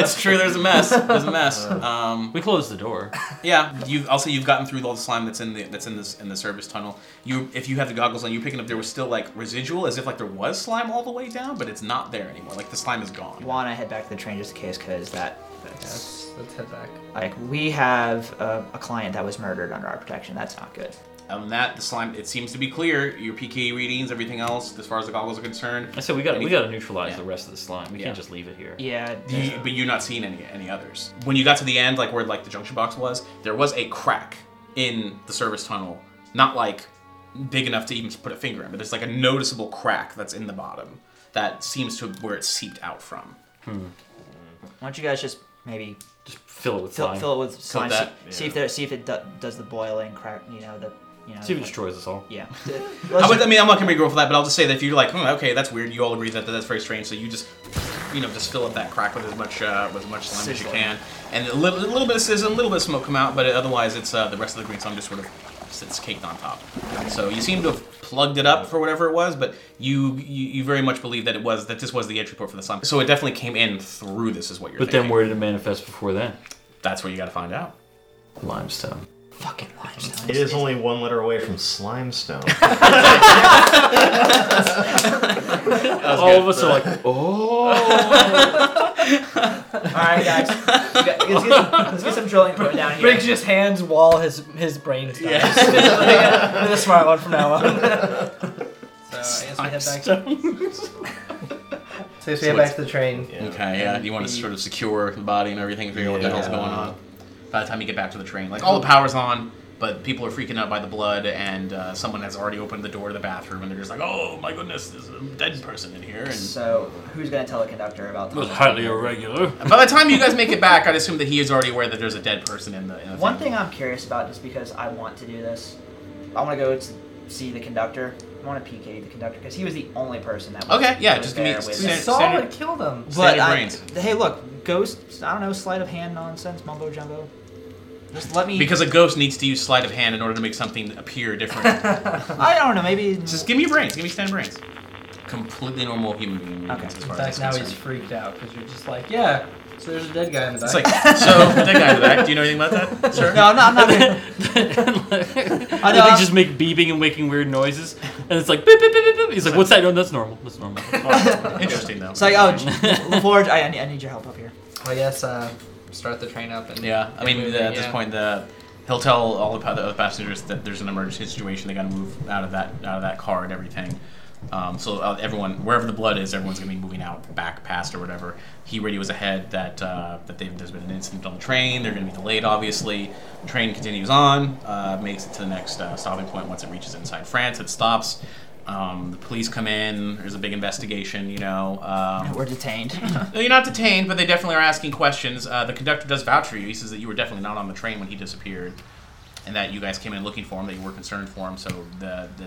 Speaker 5: it's true. There's a mess. There's a mess.
Speaker 7: Uh.
Speaker 5: Um,
Speaker 2: We close the door.
Speaker 5: Yeah, you also you've gotten through all the slime that's in the that's in this in the service tunnel. You if you have the goggles on, you're picking up there was still like residual as if like there was slime all the way down, but it's not there anymore. Like the slime is gone.
Speaker 4: Want to head back to the train just in case, because that that's
Speaker 7: Let's head back.
Speaker 4: like we have a, a client that was murdered under our protection. That's not good.
Speaker 5: On that, the slime it seems to be clear. Your PK readings, everything else, as far as the goggles are concerned.
Speaker 2: I said we got we
Speaker 5: Any-
Speaker 2: gotta neutralize
Speaker 5: yeah.
Speaker 2: the rest of the slime. We
Speaker 5: Yeah.
Speaker 2: can't just leave it here.
Speaker 4: Yeah.
Speaker 5: You, but you're not seeing any any others. When you got to the end, like where like the junction box was, there was a crack in the service tunnel, not like big enough to even put a finger in, but there's like a noticeable crack that's in the bottom that seems to where it seeped out from.
Speaker 4: Why don't you guys just maybe
Speaker 2: Just fill it with
Speaker 4: fill,
Speaker 2: slime.
Speaker 4: fill it with slime?
Speaker 5: that,
Speaker 4: see, see if there, see if it do, does the boiling crack. You know the you know.
Speaker 2: See if it
Speaker 4: like-
Speaker 2: destroys us all.
Speaker 4: yeah.
Speaker 5: I, would- I mean, I'm not gonna be grateful for that, but I'll just say that if you're like, hmm, okay, that's weird. You all agree that that's very strange. So you just, you know, just fill up that crack with as much uh, with as much slime as you
Speaker 4: Sizzling.
Speaker 5: can, and a little, a little bit of sizzle, a little bit of smoke come out, but otherwise, it's uh, the rest of the green slime just sort of sits caked on top. So you seem to have plugged it up for whatever it was, but you you, you very much believe that it was that this was the entry port for the slime. So it definitely came in through this, is what you're.
Speaker 2: But then
Speaker 5: thinking.
Speaker 2: where did it manifest before then?
Speaker 5: That's where you got to find out.
Speaker 2: Limestone.
Speaker 4: fucking limestone.
Speaker 1: It is only one letter away from slimestone.
Speaker 2: All of us are like, oh.
Speaker 4: All right, guys. You guys- Let's get, some, let's get some drilling equipment down here.
Speaker 7: Briggs just hands Wall his his brain stuff.
Speaker 4: You're the smart one from now on.
Speaker 7: So I guess we head back. To... so I guess we head
Speaker 5: So
Speaker 7: back to the train.
Speaker 1: Yeah.
Speaker 5: Okay, yeah. You want to sort of secure the body and everything, figure out what the hell's going on. By the time you get back to the train, like all the power's on, but people are freaking out by the blood, and uh, someone has already opened the door to the bathroom, and they're just like, "Oh my goodness, there's a dead person in here." And
Speaker 4: So, who's gonna tell the conductor about
Speaker 2: That was
Speaker 4: the
Speaker 2: highly irregular.
Speaker 5: by the time you guys make it back, I'd assume that he is already aware that there's a dead person in the. In the
Speaker 4: One thing I'm curious about, just because I want to do this, I want to go to see the conductor. I want to PK the conductor because he was the only person that. Was,
Speaker 5: Okay, yeah,
Speaker 4: was
Speaker 5: just give me
Speaker 4: there with
Speaker 7: We
Speaker 5: Stand-
Speaker 7: saw
Speaker 5: standard-
Speaker 7: what killed him.
Speaker 4: But
Speaker 5: Standard
Speaker 4: I,
Speaker 5: brains.
Speaker 4: hey, look, ghost. I don't know, sleight of hand nonsense, mumbo jumbo. Just let me.
Speaker 5: Because a ghost needs to use sleight of hand in order to make something appear different.
Speaker 4: I don't know, maybe.
Speaker 5: just give me your brains. Give me ten brains. Completely normal human being.
Speaker 4: Okay.
Speaker 5: as
Speaker 7: In
Speaker 5: far
Speaker 7: fact,
Speaker 5: as that's
Speaker 7: now he's
Speaker 5: concerned.
Speaker 7: freaked out because you're just like, yeah, So there's a dead guy in the back.
Speaker 5: It's like, so, that guy in the back, do you know anything about that, sir?
Speaker 3: No, I'm not. I'm not gonna,
Speaker 2: I know. They just make beeping and making weird noises, and it's like beep beep beep beep. beep. He's like, "What's that?" No, that's normal. That's normal.
Speaker 5: Interesting, though.
Speaker 4: It's like, oh, J- LaForge, I, I need- I need your help up here.
Speaker 7: I guess uh, start the train up and
Speaker 5: Yeah, I
Speaker 7: and
Speaker 5: mean,
Speaker 7: move
Speaker 5: the,
Speaker 7: it,
Speaker 5: at this
Speaker 7: yeah.
Speaker 5: point, the he'll tell all the pa- the other passengers that there's an emergency situation. They got to move out of that out of that car and everything. Um, so uh, everyone, wherever the blood is, everyone's gonna be moving out, back, past, or whatever. He radios ahead that uh, that they've, there's been an incident on the train. They're gonna be delayed, obviously. The train continues on, uh, makes it to the next uh, stopping point. Once it reaches inside France, it stops. Um, the police come in. There's a big investigation, you know. Um,
Speaker 4: We're detained.
Speaker 5: no, you're not detained, but they definitely are asking questions. Uh, the conductor does vouch for you. He says that you were definitely not on the train when he disappeared, and that you guys came in looking for him, that you were concerned for him. So the, the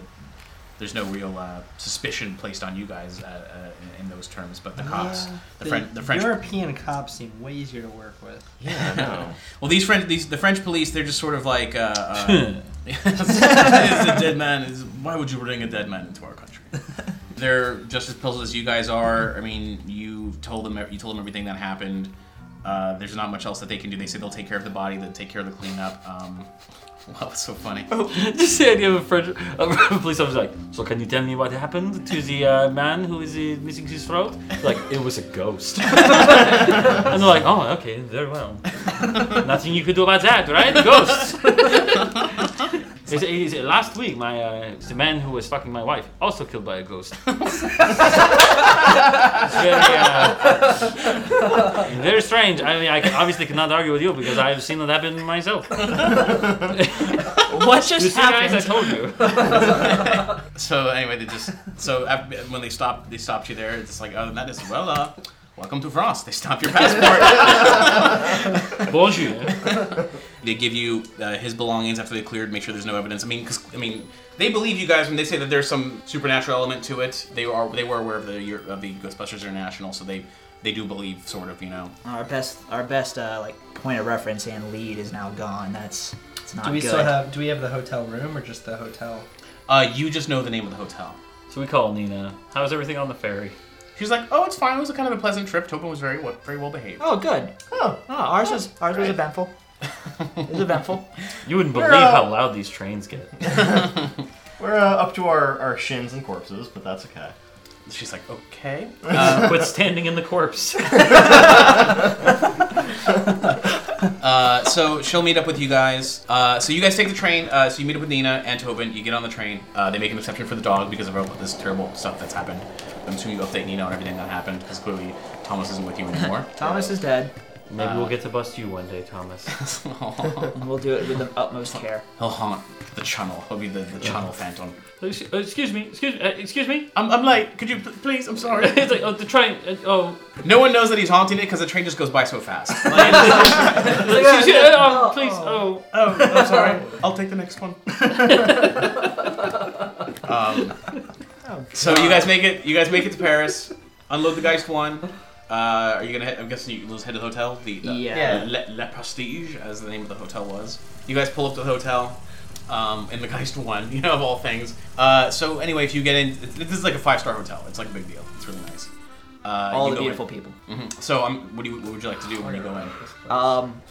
Speaker 5: there's no real uh, suspicion placed on you guys uh, uh, in, in those terms. But the cops, the, French, the French,
Speaker 7: European cops seem way easier to work with.
Speaker 1: Yeah, I know.
Speaker 5: well, these French, these the French police, they're just sort of like, uh, uh, it's a dead man. It's, why would you bring a dead man into our country? they're just as puzzled as you guys are. I mean, you told them you told them everything that happened. Uh, there's not much else that they can do. They say they'll take care of the body, they'll take care of the cleanup. Um, wow, it's so funny.
Speaker 2: Oh. just the idea of a French a police officer like, "So can you tell me what happened to the uh, man who is uh, missing his throat?" Like it was a ghost. and they're like, "Oh, okay, very well. Nothing you could do about that, right? Ghosts." It's- it's- last week, my uh, the man who was fucking my wife also killed by a ghost. It's very, uh, very strange. I mean, I obviously cannot argue with you because I've seen it happen myself.
Speaker 4: what
Speaker 2: You
Speaker 4: just
Speaker 2: see, guys, I
Speaker 4: happened?
Speaker 2: told you.
Speaker 5: so anyway, they just so af- when they stopped they stopped you there. It's just like, oh, that is well. Uh, welcome to France. They stop your passport.
Speaker 2: Bonjour.
Speaker 5: They give you uh, his belongings after they cleared, make sure there's no evidence. I mean, 'cause- I mean, they believe you guys when they say that there's some supernatural element to it. They are they were aware of the Euro- of the Ghostbusters International, so they they do believe sort of, you know.
Speaker 4: Our best, our best, uh, like point of reference and lead is now gone. That's it's not
Speaker 7: Do we
Speaker 4: good.
Speaker 7: still have? Do we have the hotel room or just the hotel?
Speaker 5: Uh, you just know the name of the hotel.
Speaker 2: So we call Nina. How's everything on the ferry?
Speaker 5: She's like, oh, it's fine. It was a kind of a pleasant trip. Tobin was very wa- very well behaved.
Speaker 4: oh, good. Oh, oh ours was ours was
Speaker 5: Right.
Speaker 4: eventful. it was eventful.
Speaker 2: You wouldn't
Speaker 1: We're,
Speaker 2: believe
Speaker 1: uh,
Speaker 2: how loud these trains get.
Speaker 1: We're uh, up to our, our shins and corpses, but that's okay.
Speaker 5: She's like, oh, okay.
Speaker 2: Quit standing in the corpse.
Speaker 5: Uh, so she'll meet up with you guys. Uh, so you guys take the train. Uh, so you meet up with Nina and Tobin. You get on the train. Uh, they make an exception for the dog because of all this terrible stuff that's happened. I'm assuming you update Nina on everything that happened because clearly Thomas isn't with you anymore.
Speaker 4: Thomas is dead.
Speaker 2: Maybe we'll get to bust you one day, Thomas.
Speaker 5: He'll
Speaker 4: and We'll do it with the utmost care.
Speaker 5: haunt the channel. He'll be the, the channel phantom.
Speaker 2: excuse me, excuse, uh, excuse me.
Speaker 5: I'm, I'm late. Could you pl- please? I'm sorry.
Speaker 2: It's like oh, the train. Uh, oh,
Speaker 5: no one knows that he's haunting it because the train just goes by so fast. Like,
Speaker 2: excuse, uh, oh, please. Oh,
Speaker 5: oh, I'm sorry. I'll take the next one. um, so you guys make it. You guys make it to Paris. Unload the Geist one. Uh, are you gonna? Head, I'm guessing you let's head to the hotel. The, the
Speaker 4: Yeah.
Speaker 5: Le, Le Prestige, as the name of the hotel was. You guys pull up to the hotel. Um, in the Geist one, you know of all things. Uh, so anyway, if you get in, this is like a five star hotel. It's like a big deal. It's really nice. Uh,
Speaker 4: All
Speaker 5: you
Speaker 4: the
Speaker 5: go in-
Speaker 4: beautiful people.
Speaker 5: Mhm. So, um, what do you what would you like to do when you go in?
Speaker 4: Um,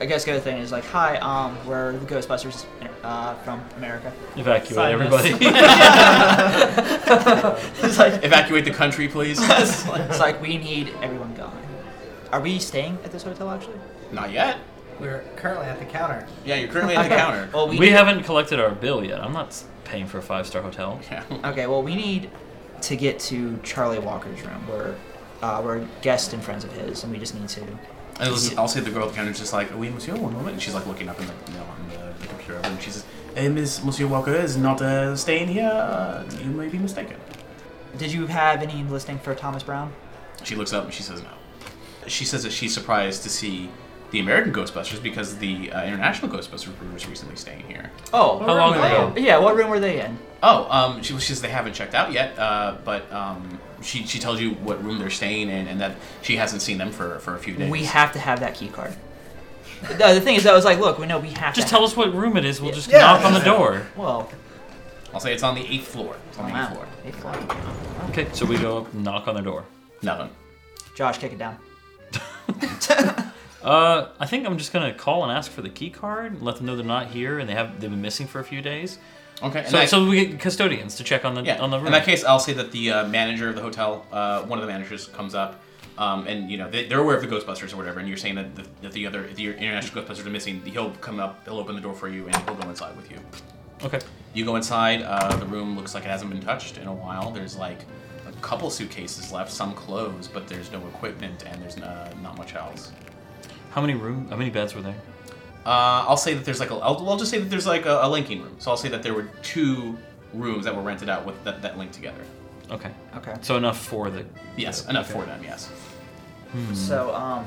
Speaker 4: I guess the other thing is like, hi, um, we're the Ghostbusters uh, from America.
Speaker 2: evacuate
Speaker 7: Silence.
Speaker 2: everybody.
Speaker 4: It's like,
Speaker 5: Evacuate the country, please.
Speaker 4: it's like we need everyone gone. Are we staying at this hotel actually?
Speaker 5: Not yet.
Speaker 7: We're currently at the counter.
Speaker 5: Yeah, you're currently at the counter.
Speaker 4: Well,
Speaker 2: we
Speaker 4: need-
Speaker 2: haven't collected our bill yet. I'm not s- paying for a five star hotel.
Speaker 5: Yeah.
Speaker 4: Okay, well, we need to get to Charlie Walker's room. We're uh, we're guests and friends of his, and we just need to.
Speaker 5: And listen, I'll see the girl at the counter just like, oui, monsieur, one moment. And she's like looking up in the, you know, on the, the computer and she says, eh, Miss Monsieur Walker is not uh, staying here. Uh, you may be mistaken.
Speaker 4: Did you have any listing for Thomas Brown?
Speaker 5: She looks up and she says no. She says that she's surprised to see the American Ghostbusters because the uh, international Ghostbusters crew was recently staying here.
Speaker 4: Oh,
Speaker 2: How long ago?
Speaker 4: yeah. What room were they in?
Speaker 5: Oh, um, she, she says they haven't checked out yet, uh, but um, she, she tells you what room they're staying in and that she hasn't seen them for, for a few days.
Speaker 4: We have to have that key card. the, the thing is, I was like, look, we know we have
Speaker 2: Just
Speaker 4: to.
Speaker 2: tell us what room it is. We'll just
Speaker 4: Yeah.
Speaker 2: knock on the door.
Speaker 4: Well,
Speaker 5: I'll say it's on the eighth floor. It's on the eighth
Speaker 4: Oh, wow.
Speaker 5: floor.
Speaker 4: Eighth floor.
Speaker 2: Okay, so we go up, knock on the door.
Speaker 5: Nothing.
Speaker 4: Josh, kick it down.
Speaker 2: Uh, I think I'm just gonna call and ask for the key card. and Let them know they're not here and they have they've been missing for a few days.
Speaker 5: Okay. and
Speaker 2: So,
Speaker 5: I-
Speaker 2: so we get custodians to check on the
Speaker 5: yeah.
Speaker 2: on the room.
Speaker 5: In that case, I'll say that the uh, manager of the hotel, uh, one of the managers, comes up, um, and you know they, they're aware of the Ghostbusters or whatever. And you're saying that the, that the other the international Ghostbusters are missing. He'll come up. He'll open the door for you, and he'll go inside with you.
Speaker 2: okay.
Speaker 5: You go inside. Uh, the room looks like it hasn't been touched in a while. There's like a couple suitcases left, some clothes, but there's no equipment and there's uh, not much else.
Speaker 2: How many room? How many beds were there?
Speaker 5: Uh, I'll say that there's like a. I'll, well, I'll just say that there's like a, a linking room. So I'll say that there were two rooms that were rented out with that, that linked together.
Speaker 2: Okay.
Speaker 4: Okay.
Speaker 2: So enough for the
Speaker 5: Yes,
Speaker 2: the-
Speaker 5: enough
Speaker 2: okay.
Speaker 5: for them. Yes.
Speaker 4: So um,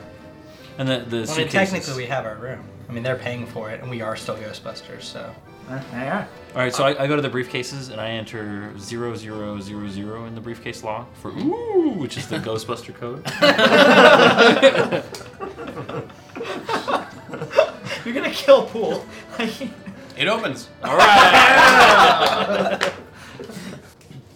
Speaker 2: And the the
Speaker 7: Well, I mean,
Speaker 2: suitcases.
Speaker 7: technically, we have our room. I mean, they're paying for it, and we are still Ghostbusters, so.
Speaker 4: eh, there you are.
Speaker 2: All right. So I, I go to the briefcases and I enter zero zero zero zero in the briefcase lock for ooh, which is the Ghostbuster code.
Speaker 4: You're gonna kill Pool.
Speaker 5: It opens.
Speaker 2: All right.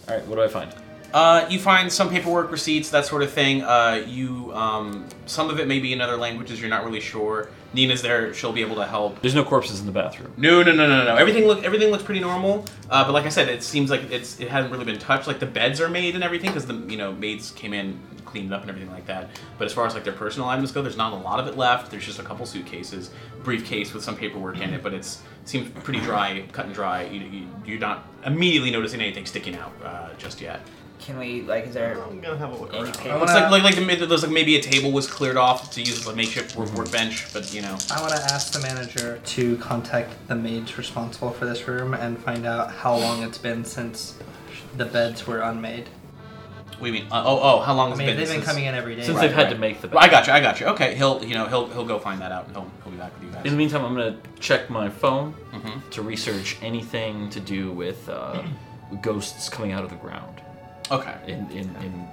Speaker 2: All right. What do I find?
Speaker 5: Uh, you find some paperwork, receipts, that sort of thing. Uh, you um, some of it may be in other languages. You're not really sure. Nina's there. She'll be able to help.
Speaker 2: There's no corpses in the bathroom.
Speaker 5: No, no, no, no, no. Everything look everything looks pretty normal. Uh, but like I said, it seems like it's it hasn't really been touched. Like the beds are made and everything because the you know maids came in, cleaned it up and everything like that. But as far as like their personal items go, there's not a lot of it left. There's just a couple suitcases, briefcase with some paperwork in it. But it's seems pretty dry, cut and dry. You, you, you're not immediately noticing anything sticking out uh, just yet.
Speaker 4: Can we like? Is there
Speaker 1: I'm gonna have a look
Speaker 4: any
Speaker 1: around.
Speaker 4: paper?
Speaker 5: It's
Speaker 7: wanna-
Speaker 5: like like like, the, it looks like maybe a table was cleared off to use as a makeshift work, workbench, but you know.
Speaker 7: I want to ask the manager to contact the maids responsible for this room and find out how long it's been since the beds were unmade.
Speaker 5: What do you mean? Uh, oh oh, how long
Speaker 7: I
Speaker 5: has
Speaker 7: mean,
Speaker 5: it been?
Speaker 7: they've been
Speaker 5: since-
Speaker 7: coming in every day.
Speaker 2: Since
Speaker 5: Right,
Speaker 2: they've had
Speaker 5: right.
Speaker 2: to make the bed.
Speaker 5: Well, I got you. I got you. Okay, he'll you know he'll he'll go find that out and he'll he'll be back with you
Speaker 2: In the
Speaker 5: guys.
Speaker 2: meantime, I'm gonna check my phone
Speaker 5: Mhm.
Speaker 2: to research anything to do with uh, ghosts coming out of the ground
Speaker 5: Okay.
Speaker 2: in in in,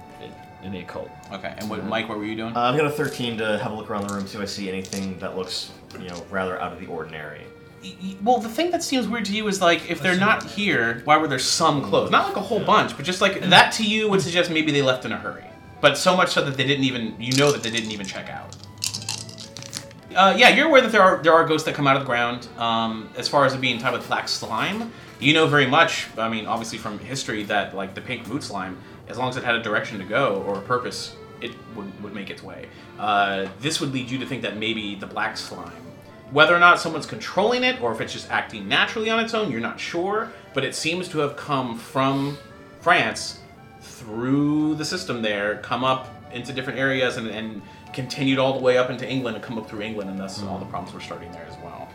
Speaker 2: in the occult.
Speaker 5: Okay. And what, Mike? What were you doing?
Speaker 1: Uh, I've got a 13 to have a look around the room, see if I see anything that looks, you know, rather out of the ordinary.
Speaker 5: Y- y- well, the thing that seems weird to you is like if they're not here, why were there some clothes? Not like a whole bunch, but just like that to you would suggest maybe they left in a hurry. But so much so that they didn't even you know that they didn't even check out. Uh, yeah, you're aware that there are there are ghosts that come out of the ground. Um, as far as it being tied with black slime, you know very much. I mean, obviously from history that like the pink root slime, as long as it had a direction to go or a purpose, it would, would make its way. Uh, this would lead you to think that maybe the black slime, whether or not someone's controlling it or if it's just acting naturally on its own, you're not sure. But it seems to have come from France through the system there, come up into different areas, and, and continued all the way up into England and come up through England, and thus
Speaker 4: Mm.
Speaker 5: all the problems were starting there as well.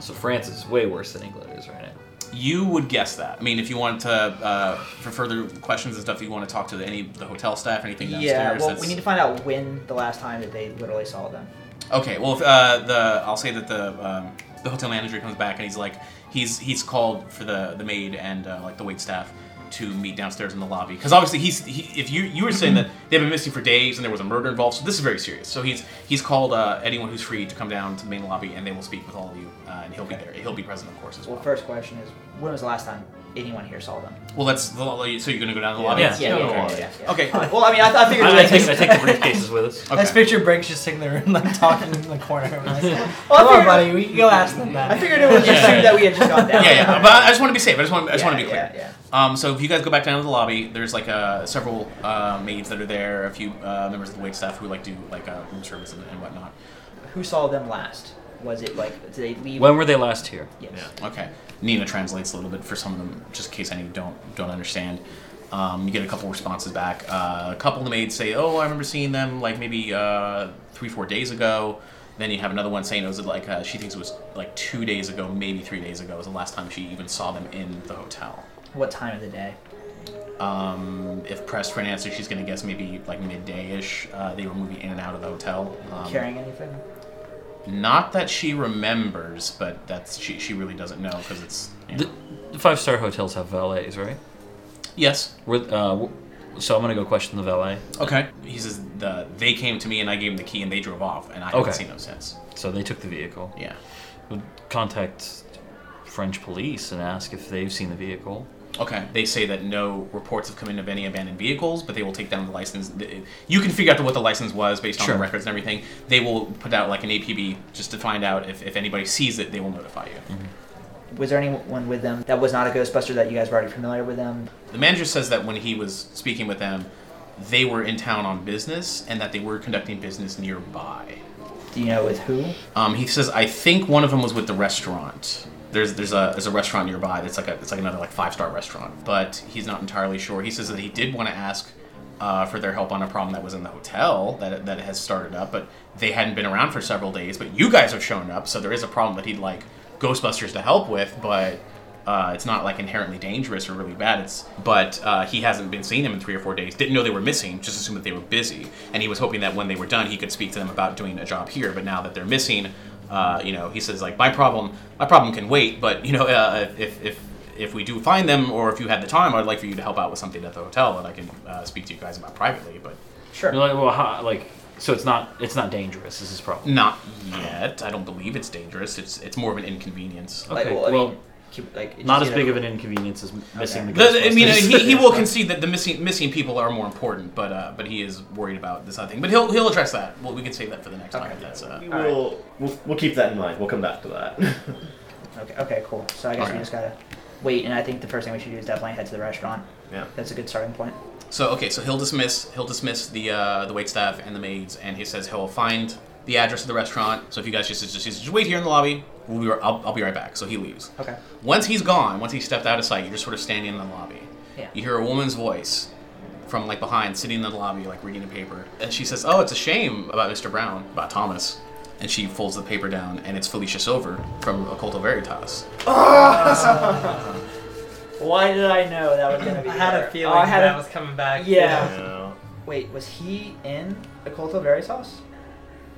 Speaker 2: So France is way worse than England is right now.
Speaker 5: You would guess that. I mean, if you want to, uh, for further questions and stuff, you want to talk to the, any of the hotel staff, anything downstairs.
Speaker 4: Yeah. Well, we
Speaker 5: that's-
Speaker 4: need to find out when the last time that they literally saw them.
Speaker 5: Okay, well, if, uh, the I'll say that the um, the hotel manager comes back and he's like, he's he's called for the the maid and uh, like the wait staff to meet downstairs in the lobby because obviously he's he, if you you were saying that they've been missing for days and there was a murder involved, so this is very serious. So he's he's called uh, anyone who's free to come down to the main lobby and they will speak with all of you uh, and he'll be there. He'll be present, of course, as
Speaker 4: Well,
Speaker 5: well.
Speaker 4: first question is when was the last time anyone here saw them?
Speaker 5: Well, that's the lo- so you're gonna go down to the lobby.
Speaker 2: Yeah.
Speaker 4: Yeah. Yeah.
Speaker 5: Okay.
Speaker 4: yeah, yeah, yeah.
Speaker 5: Okay.
Speaker 4: All right, Well, I mean, I, I figured.
Speaker 2: I, I take I take the briefcases with us.
Speaker 5: Okay.
Speaker 7: Let's picture Briggs just sitting there and like talking in the corner. Like,
Speaker 4: Well, I
Speaker 7: Come on,
Speaker 4: figured-
Speaker 7: buddy, we can go ask them that.
Speaker 4: I figured it was just
Speaker 2: Yeah.
Speaker 4: assumed that we had just gone down.
Speaker 5: yeah, yeah. But I just want to be safe. I just want. I just want to be
Speaker 4: Yeah,
Speaker 5: clear.
Speaker 4: Yeah, yeah.
Speaker 5: Um, so if you guys go back down to the lobby, there's like uh, several uh, maids that are there, a few uh, members of the wait staff who like do like uh, room service and, and whatnot.
Speaker 4: Who saw them last? Was it like did they leave?
Speaker 2: When were they last here?
Speaker 4: yes.
Speaker 5: Okay, Nina translates a little bit for some of them, just in case any don't don't understand. Um, you get a couple responses back. Uh, a couple of the maids say, "Oh, I remember seeing them like maybe uh, three, four days ago." Then you have another one saying it was like uh, she thinks it was like two days ago, maybe three days ago, was the last time she even saw them in the hotel.
Speaker 4: What time of the day?
Speaker 5: Um, if pressed for an answer, she's gonna guess maybe like midday ish. Uh, they were moving in and out of the hotel. Um,
Speaker 4: Carrying anything?
Speaker 5: Not that she remembers, but that's she, she really doesn't know because it's. you
Speaker 2: The,
Speaker 5: know.
Speaker 2: the five star hotels have valets, right?
Speaker 5: Yes.
Speaker 2: Were, uh, w- so I'm gonna go question the valet.
Speaker 5: Okay. He says the they came to me and I gave them the key and they drove off and I haven't
Speaker 2: Okay.
Speaker 5: seen them since.
Speaker 2: So they took the vehicle.
Speaker 5: Yeah.
Speaker 2: Would contact French police and ask if they've seen the vehicle.
Speaker 5: Okay. They say that no reports have come in of any abandoned vehicles, but they will take down the license. the- You can figure out what the license was based on
Speaker 2: Sure.
Speaker 5: the records and everything. They will put out like an APB just to find out if, if anybody sees it, they will notify you.
Speaker 4: Was there anyone with them that was not a Ghostbuster that you guys were already familiar with them?
Speaker 5: The manager says that when he was speaking with them, they were in town on business and that they were conducting business nearby.
Speaker 4: Do you know with who?
Speaker 5: Um, he says I think one of them was with the restaurant. There's there's a there's a restaurant nearby that's like a it's like another like five star restaurant, but he's not entirely sure. He says that he did want to ask uh, for their help on a problem that was in the hotel that that has started up, but they hadn't been around for several days. But you guys have shown up, so there is a problem that he'd like Ghostbusters to help with, but. Uh, it's not like inherently dangerous or really bad. It's but uh, he hasn't been seeing them in three or four days. Didn't know they were missing. Just assumed that they were busy, and he was hoping that when they were done, he could speak to them about doing a job here. But now that they're missing, uh, you know, he says like my problem, my problem can wait. But you know, uh, if if if we do find them, or if you had the time, I'd like for you to help out with something at the hotel that I can uh, speak to you guys about privately. But
Speaker 4: Sure.
Speaker 2: You're like, well, how, like, so it's not it's not dangerous. This is his problem.
Speaker 5: not yet. I don't believe it's dangerous. It's it's more of an inconvenience.
Speaker 2: Okay,
Speaker 4: like, well, I
Speaker 2: well,
Speaker 4: mean, keep, like,
Speaker 5: Mm.
Speaker 2: not as big of an inconvenience as m- missing the
Speaker 5: The-
Speaker 2: Ghostbusters.
Speaker 5: I mean, he, he will concede that the missing missing people are more important, but uh, but he is worried about this other thing. But he'll he'll address that. Well, we can save that for the next time. if That's uh,
Speaker 1: We will, we'll, we'll keep that in mind. We'll come back to that.
Speaker 4: Okay, okay, cool. So I guess
Speaker 5: Okay.
Speaker 4: we just gotta wait, and I think the first thing we should do is definitely head to the restaurant.
Speaker 1: yeah.
Speaker 4: That's a good starting point.
Speaker 5: So okay, so he'll dismiss he'll dismiss the uh, the wait staff and the maids, and he says he'll find the address of the restaurant. So if you guys just just, just, just wait here in the lobby, we'll be, I'll, I'll be right back. So he leaves.
Speaker 4: Okay.
Speaker 5: Once he's gone, once he stepped out of sight, you're just sort of standing in the lobby.
Speaker 4: Yeah.
Speaker 5: You hear a woman's voice from like behind, sitting in the lobby, like reading a paper, and she says, "Oh, it's a shame about Mr. Brown, about Thomas." And she folds the paper down, and it's Felicia Silver from Occulto Veritas.
Speaker 4: Why did I know that was gonna be?
Speaker 3: I had
Speaker 4: there?
Speaker 3: a feeling
Speaker 4: Oh, I had
Speaker 3: that
Speaker 4: a-
Speaker 3: was coming back.
Speaker 4: Yeah.
Speaker 1: Yeah.
Speaker 4: Wait, was he in the Colto Veritas?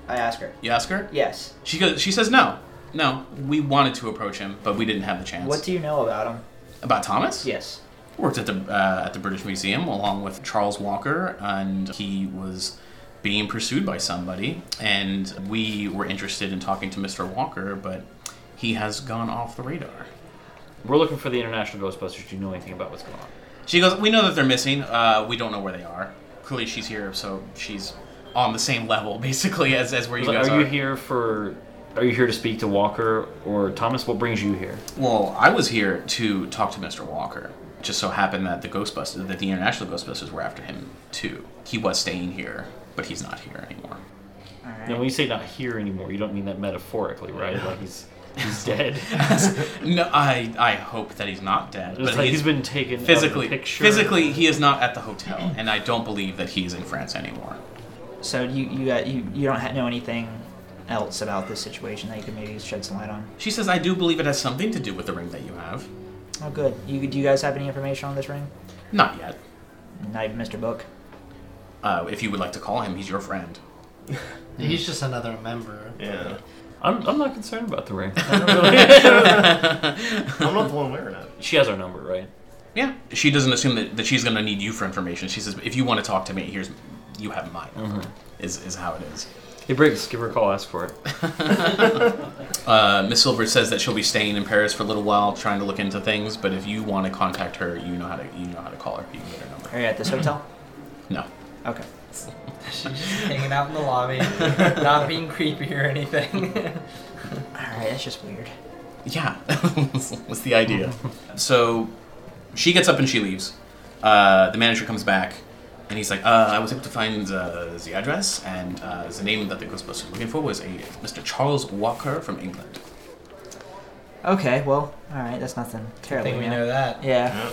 Speaker 4: I asked her.
Speaker 5: You ask her.
Speaker 4: Yes.
Speaker 5: She goes. She says, "No, no. We wanted to approach him, but we didn't have the chance."
Speaker 4: What do you know about him?
Speaker 5: About Thomas?
Speaker 4: Yes.
Speaker 5: Worked at the uh, at the British Museum along with Charles Walker, and he was being pursued by somebody. And we were interested in talking to Mr. Walker, but he has gone off the radar.
Speaker 2: We're looking for the international Ghostbusters. Do you know anything about what's going on?
Speaker 5: She goes, "We know that they're missing. Uh, we don't know where they are. Clearly, she's here, so she's on the same level basically as, as where you
Speaker 2: Like,
Speaker 5: guys
Speaker 2: are, you here for? Are you here to speak to Walker or Thomas? What brings you here?
Speaker 5: Well, I was here to talk to Mr. Walker. Just so happened that the Ghostbusters, that the international Ghostbusters, were after him too. He was staying here, but he's not here anymore.
Speaker 4: All right.
Speaker 2: Now, when you say not here anymore, you don't mean that metaphorically, right? Like he's he's dead.
Speaker 5: No, I I hope that he's not dead.
Speaker 2: It's
Speaker 5: but
Speaker 2: like
Speaker 5: he's
Speaker 2: he's been taken out of the
Speaker 5: physically
Speaker 2: picture.
Speaker 5: physically he is not at the hotel, and I don't believe that he's in France anymore.
Speaker 4: So you you got you you don't ha- know anything else about this situation that you could maybe shed some light on?
Speaker 5: She says, "I do believe it has something to do with the ring that you have."
Speaker 4: Oh, good. You do you guys have any information on this ring?
Speaker 5: Not yet.
Speaker 4: Not even Mr. Book.
Speaker 5: Uh, if you would like to call him, he's your friend.
Speaker 7: He's just another member.
Speaker 1: Yeah.
Speaker 2: I'm, I'm not concerned about the ring.
Speaker 1: I'm not the one wearing it.
Speaker 2: she has our number, right?
Speaker 5: Yeah. She doesn't assume that, that she's going to need you for information. She says, "If you want to talk to me, here's you have mine." Is is how it is.
Speaker 2: Hey Briggs, give her a call. Ask for it.
Speaker 5: Uh, Miss Silver says that she'll be staying in Paris for a little while, trying to look into things. But if you want to contact her, you know how to you know how to call her. You can get her number.
Speaker 4: Are you at this hotel?
Speaker 5: No.
Speaker 4: Okay.
Speaker 3: She's just hanging out in the lobby, not being creepy or anything.
Speaker 4: All right. That's just weird.
Speaker 5: Yeah, what's the idea? so she gets up and she leaves. Uh, the manager comes back and he's like, uh, I was able to find uh, the address, and uh, the name that the Ghostbusters were looking for was a Mr. Charles Walker from England.
Speaker 4: Okay. Well. All right. That's nothing
Speaker 3: I
Speaker 4: terrible.
Speaker 3: think we
Speaker 4: yeah.
Speaker 3: know that.
Speaker 4: Yeah.
Speaker 1: Yeah.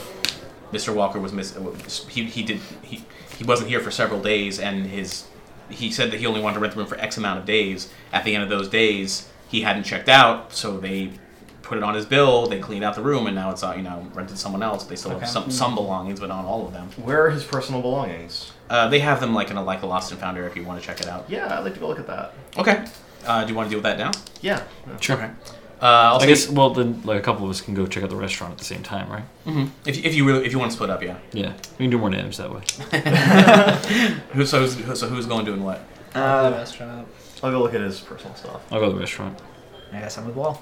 Speaker 5: Mr. Walker was miss. He, he did he, he wasn't here for several days, and his he said that he only wanted to rent the room for X amount of days. At the end of those days, he hadn't checked out, so they put it on his bill. They cleaned out the room, and now it's out. You know, rented someone else. They still
Speaker 3: Okay.
Speaker 5: have some some belongings, but not all of them.
Speaker 1: Where are his personal belongings?
Speaker 5: Uh, they have them like in a like a lost and found area if you want to check it out.
Speaker 1: Yeah, I'd like to go look at that.
Speaker 5: Okay. Uh, do you want to deal with that now?
Speaker 1: Yeah.
Speaker 5: Sure. Okay. Uh, I'll
Speaker 2: I
Speaker 5: say
Speaker 2: guess. Well, then, like a couple of us can go check out the restaurant at the same time, right?
Speaker 5: mm-hmm. if, if you really if you want to split up, yeah.
Speaker 2: Yeah, we can do more names that way.
Speaker 5: Who, so who's, so who's going doing what?
Speaker 4: Uh,
Speaker 7: restaurant.
Speaker 1: I'll go look at his personal stuff.
Speaker 2: I'll go to the restaurant.
Speaker 4: I guess I'm with Wall.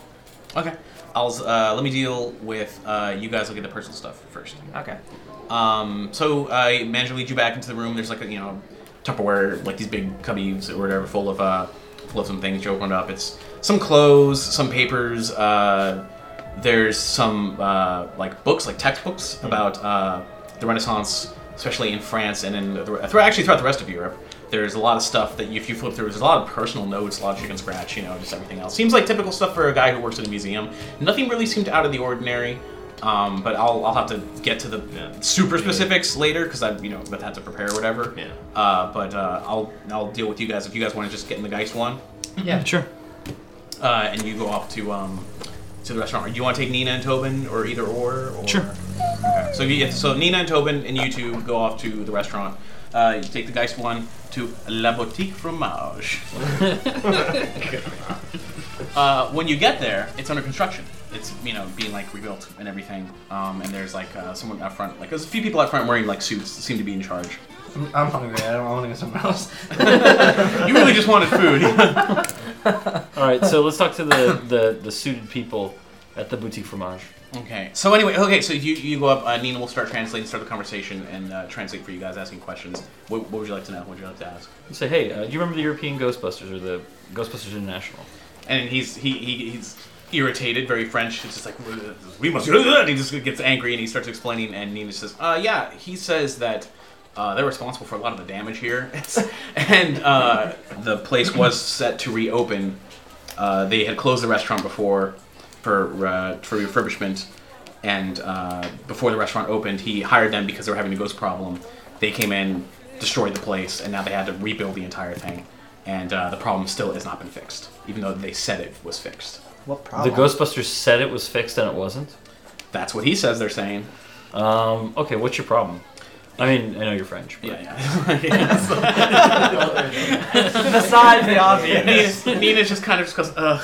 Speaker 5: Okay. I'll uh, let me deal with uh, you guys. will get the personal stuff first.
Speaker 4: Okay.
Speaker 5: Um, so I manager leads you back into the room. There's like a you know Tupperware, like these big cubbies or whatever, full of uh, full of some things. You open it up. It's some clothes, some papers. Uh, there's some uh, like books, like textbooks
Speaker 1: Hmm.
Speaker 5: about uh, the Renaissance, especially in France and in the, thro- actually throughout the rest of Europe. There's a lot of stuff that you, if you flip through, there's a lot of personal notes, a lot of chicken scratch, you know, just everything else. Seems like typical stuff for a guy who works at a museum. Nothing really seemed out of the ordinary. Um, but I'll, I'll have to get to the
Speaker 1: Yeah.
Speaker 5: super specifics later because I you know about to have to prepare or whatever.
Speaker 1: Yeah.
Speaker 5: Uh, but uh, I'll I'll deal with you guys if you guys want to just get in the geist one,
Speaker 3: Yeah,
Speaker 2: Sure.
Speaker 5: uh, and you go off to um to the restaurant. Or Do you want to take Nina and Tobin or either or? or
Speaker 2: Sure.
Speaker 5: Okay. So you so Nina and Tobin and you two go off to the restaurant. Uh, you take the geist one to La Boutique Fromage. Uh, when you get there, it's under construction. It's you know being like rebuilt and everything. Um, and there's like uh, someone out front. Like there's a few people out front wearing like suits. that Seem to be in charge.
Speaker 7: I'm, I'm hungry. I don't want to go somewhere else.
Speaker 5: You really just wanted food.
Speaker 6: All right, so let's talk to the, the, the suited people at the boutique fromage.
Speaker 5: okay. So anyway, okay. So you, you go up. Uh, Nina will start translating, start the conversation, and uh, translate for you guys asking questions. What, what would you like to know? What would you like to ask?
Speaker 2: You say, hey, uh, you remember the European Ghostbusters or the Ghostbusters International?
Speaker 5: And he's he, he he's irritated, very French. It's just like we must. And he just gets angry and he starts explaining. And Nina says, "Uh, yeah." He says that uh, they're responsible for a lot of the damage here, and uh, the place was set to reopen. Uh, they had closed the restaurant before for uh, for refurbishment, and uh, before the restaurant opened, he hired them because they were having a ghost problem. They came in, destroyed the place, and now they had to rebuild the entire thing. And uh, the problem still has not been fixed, even though they said it was fixed.
Speaker 4: What problem?
Speaker 2: The Ghostbusters said it was fixed and it wasn't?
Speaker 5: That's what he says they're saying.
Speaker 2: Um, okay, what's your problem? I mean, I know you're French, but
Speaker 5: Yeah, yeah. Yes.
Speaker 4: Besides the obvious.
Speaker 5: Nina- Nina just kind of just goes, ugh.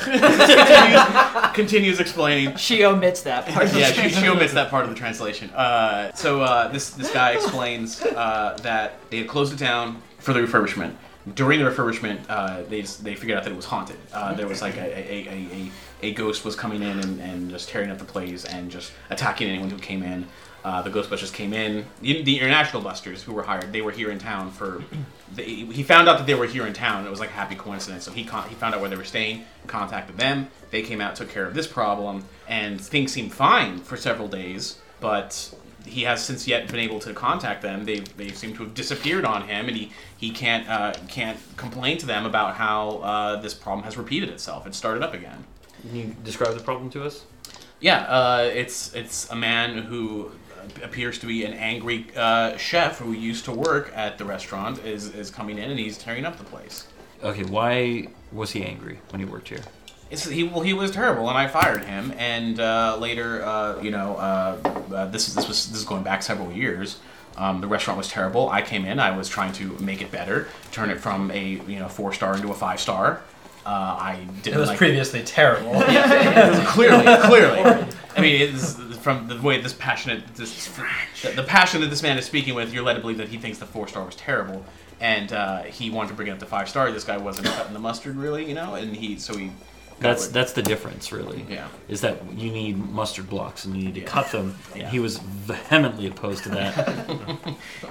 Speaker 5: continues, continues explaining.
Speaker 4: she omits that part.
Speaker 5: yeah, she, she omits that part of the translation. Uh, so uh, this this guy explains uh, that they had closed the town for the refurbishment. During the refurbishment, uh, they s- they figured out that it was haunted. Uh, there was like a a, a, a, a ghost was coming in and, and just tearing up the place and just attacking anyone who came in. Uh, the Ghostbusters came in. The, the International Busters, who were hired, they were here in town for. They, he found out that they were here in town. It was like a happy coincidence. So he con- he found out where they were staying, contacted them. They came out, took care of this problem, and things seemed fine for several days. But he has since yet been able to contact them. They they seem to have disappeared on him, and he he can't uh, can't complain to them about how uh, this problem has repeated itself and started up again.
Speaker 2: can you describe the problem to us?
Speaker 5: Yeah, uh, it's it's a man who appears to be an angry uh, chef who used to work at the restaurant is is coming in and he's tearing up the place.
Speaker 2: Okay, why was he angry when he worked here?
Speaker 5: It's, he well he was terrible and I fired him and uh, later uh, you know uh, uh, this is this was this is going back several years. Um, the restaurant was terrible. I came in. I was trying to make it better, turn it from a you know four star into a five star. Uh, I
Speaker 3: it
Speaker 5: didn't
Speaker 3: was
Speaker 5: like
Speaker 3: previously terrible.
Speaker 5: clearly, clearly. I mean, it's from the way this passionate, this the, the passion that this man is speaking with, you're led to believe that he thinks the four star was terrible, and uh, he wanted to bring it up to five star. This guy wasn't cutting the mustard, really, you know, and he so he.
Speaker 2: That's that's the difference, really.
Speaker 5: Yeah.
Speaker 2: Is that you need mustard blocks and you need to
Speaker 5: Yeah.
Speaker 2: cut them. And
Speaker 5: Yeah.
Speaker 2: he was vehemently opposed to that.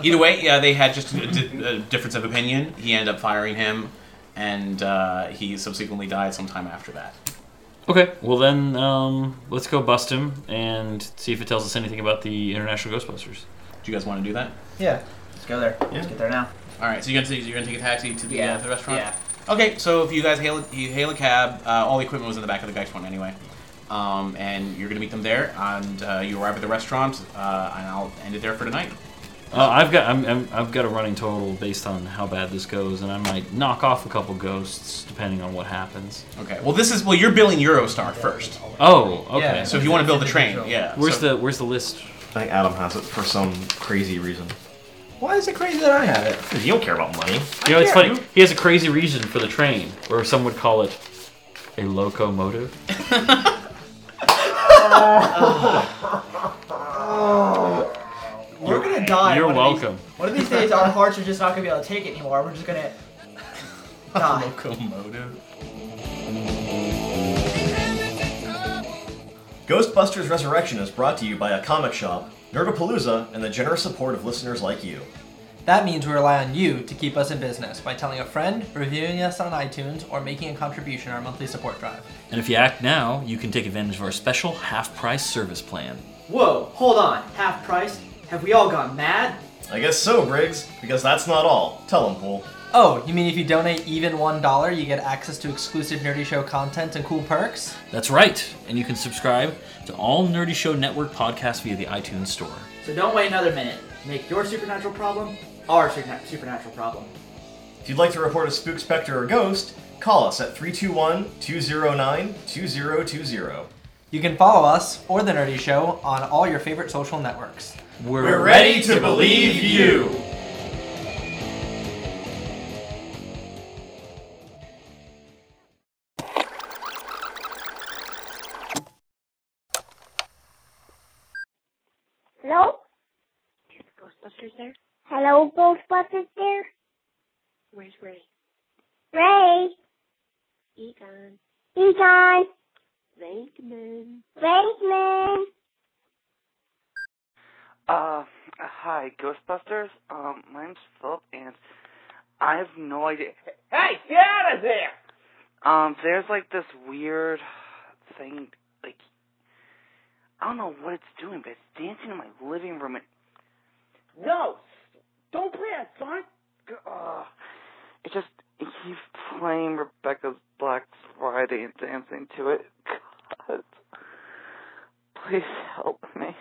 Speaker 5: Either way, yeah, they had just a, di- a difference of opinion. He ended up firing him, and uh, he subsequently died sometime after that.
Speaker 2: okay, well then um, let's go bust him and see if it tells us anything about the international Ghostbusters.
Speaker 5: Do you guys want to do that?
Speaker 4: Yeah. Let's go there. Let's get there now.
Speaker 5: All right, so you're gonna take, you're gonna take a taxi to the, uh,
Speaker 4: Yeah.
Speaker 5: the restaurant.
Speaker 4: Yeah.
Speaker 5: Okay, so if you guys hail you hail a cab, uh, all the equipment was in the back of the guy's one anyway, um, and you're gonna meet them there, and uh, you arrive at the restaurant, uh, and I'll end it there for tonight.
Speaker 2: Uh, I've got I'm, I'm, I've got a running total based on how bad this goes, and I might knock off a couple ghosts depending on what happens.
Speaker 5: Okay. Well, this is well, you're billing Eurostar first,
Speaker 2: Oh, okay.
Speaker 5: so if you want to build the train,
Speaker 3: Individual.
Speaker 5: yeah.
Speaker 2: where's
Speaker 5: so,
Speaker 2: the where's the list?
Speaker 1: I think Adam has it for some crazy reason.
Speaker 7: Why is it crazy that I have it?
Speaker 1: Because you don't care about money.
Speaker 2: You know, it's
Speaker 7: care.
Speaker 2: funny. He has a crazy reason for the train, or some would call it a locomotive.
Speaker 4: We're gonna die.
Speaker 2: You're
Speaker 4: one of these-
Speaker 2: welcome.
Speaker 4: One of these days, our hearts are just not gonna be able to take it anymore. We're just gonna die.
Speaker 5: locomotive?
Speaker 8: Having trouble
Speaker 1: Ghostbusters Resurrection is brought to you by a comic shop, Nerdapalooza, and the generous support of listeners like you.
Speaker 7: That means we rely on you to keep us in business by telling a friend, reviewing us on iTunes, or making a contribution to our monthly support drive.
Speaker 2: And if you act now, you can take advantage of our special half price service plan.
Speaker 4: Whoa, hold on. Half price? Have we all gone mad?
Speaker 1: I guess so, Briggs, because that's not all. Tell them, Pool.
Speaker 7: Oh, you mean if you donate even $1, you get access to exclusive Nerdy Show content and cool perks?
Speaker 2: That's right, and you can subscribe to all Nerdy Show Network podcasts via the iTunes Store.
Speaker 4: So don't wait another minute. Make your supernatural problem our super- supernatural problem.
Speaker 1: If you'd like to report a spook, specter, or ghost, call us at 321 209 2020.
Speaker 7: You can follow us or The Nerdy Show on all your favorite social networks.
Speaker 2: We're,
Speaker 1: ready to believe you.
Speaker 8: Hello?
Speaker 9: Is Ghostbusters there?
Speaker 8: Hello, Ghostbusters there?
Speaker 9: Where's Ray?
Speaker 8: Ray,
Speaker 9: Egon.
Speaker 8: Egon,
Speaker 9: Lakeman.
Speaker 8: Baseman.
Speaker 10: Uh, hi, Ghostbusters. Um, my name's Philip, and I have no idea. Hey, get out of there! Um, there's like this weird thing, like I don't know what it's doing, but it's dancing in my living room. And no, don't play that song. Ugh. uh, It just it keeps playing Rebecca's Black Friday and dancing to it. God, please help me.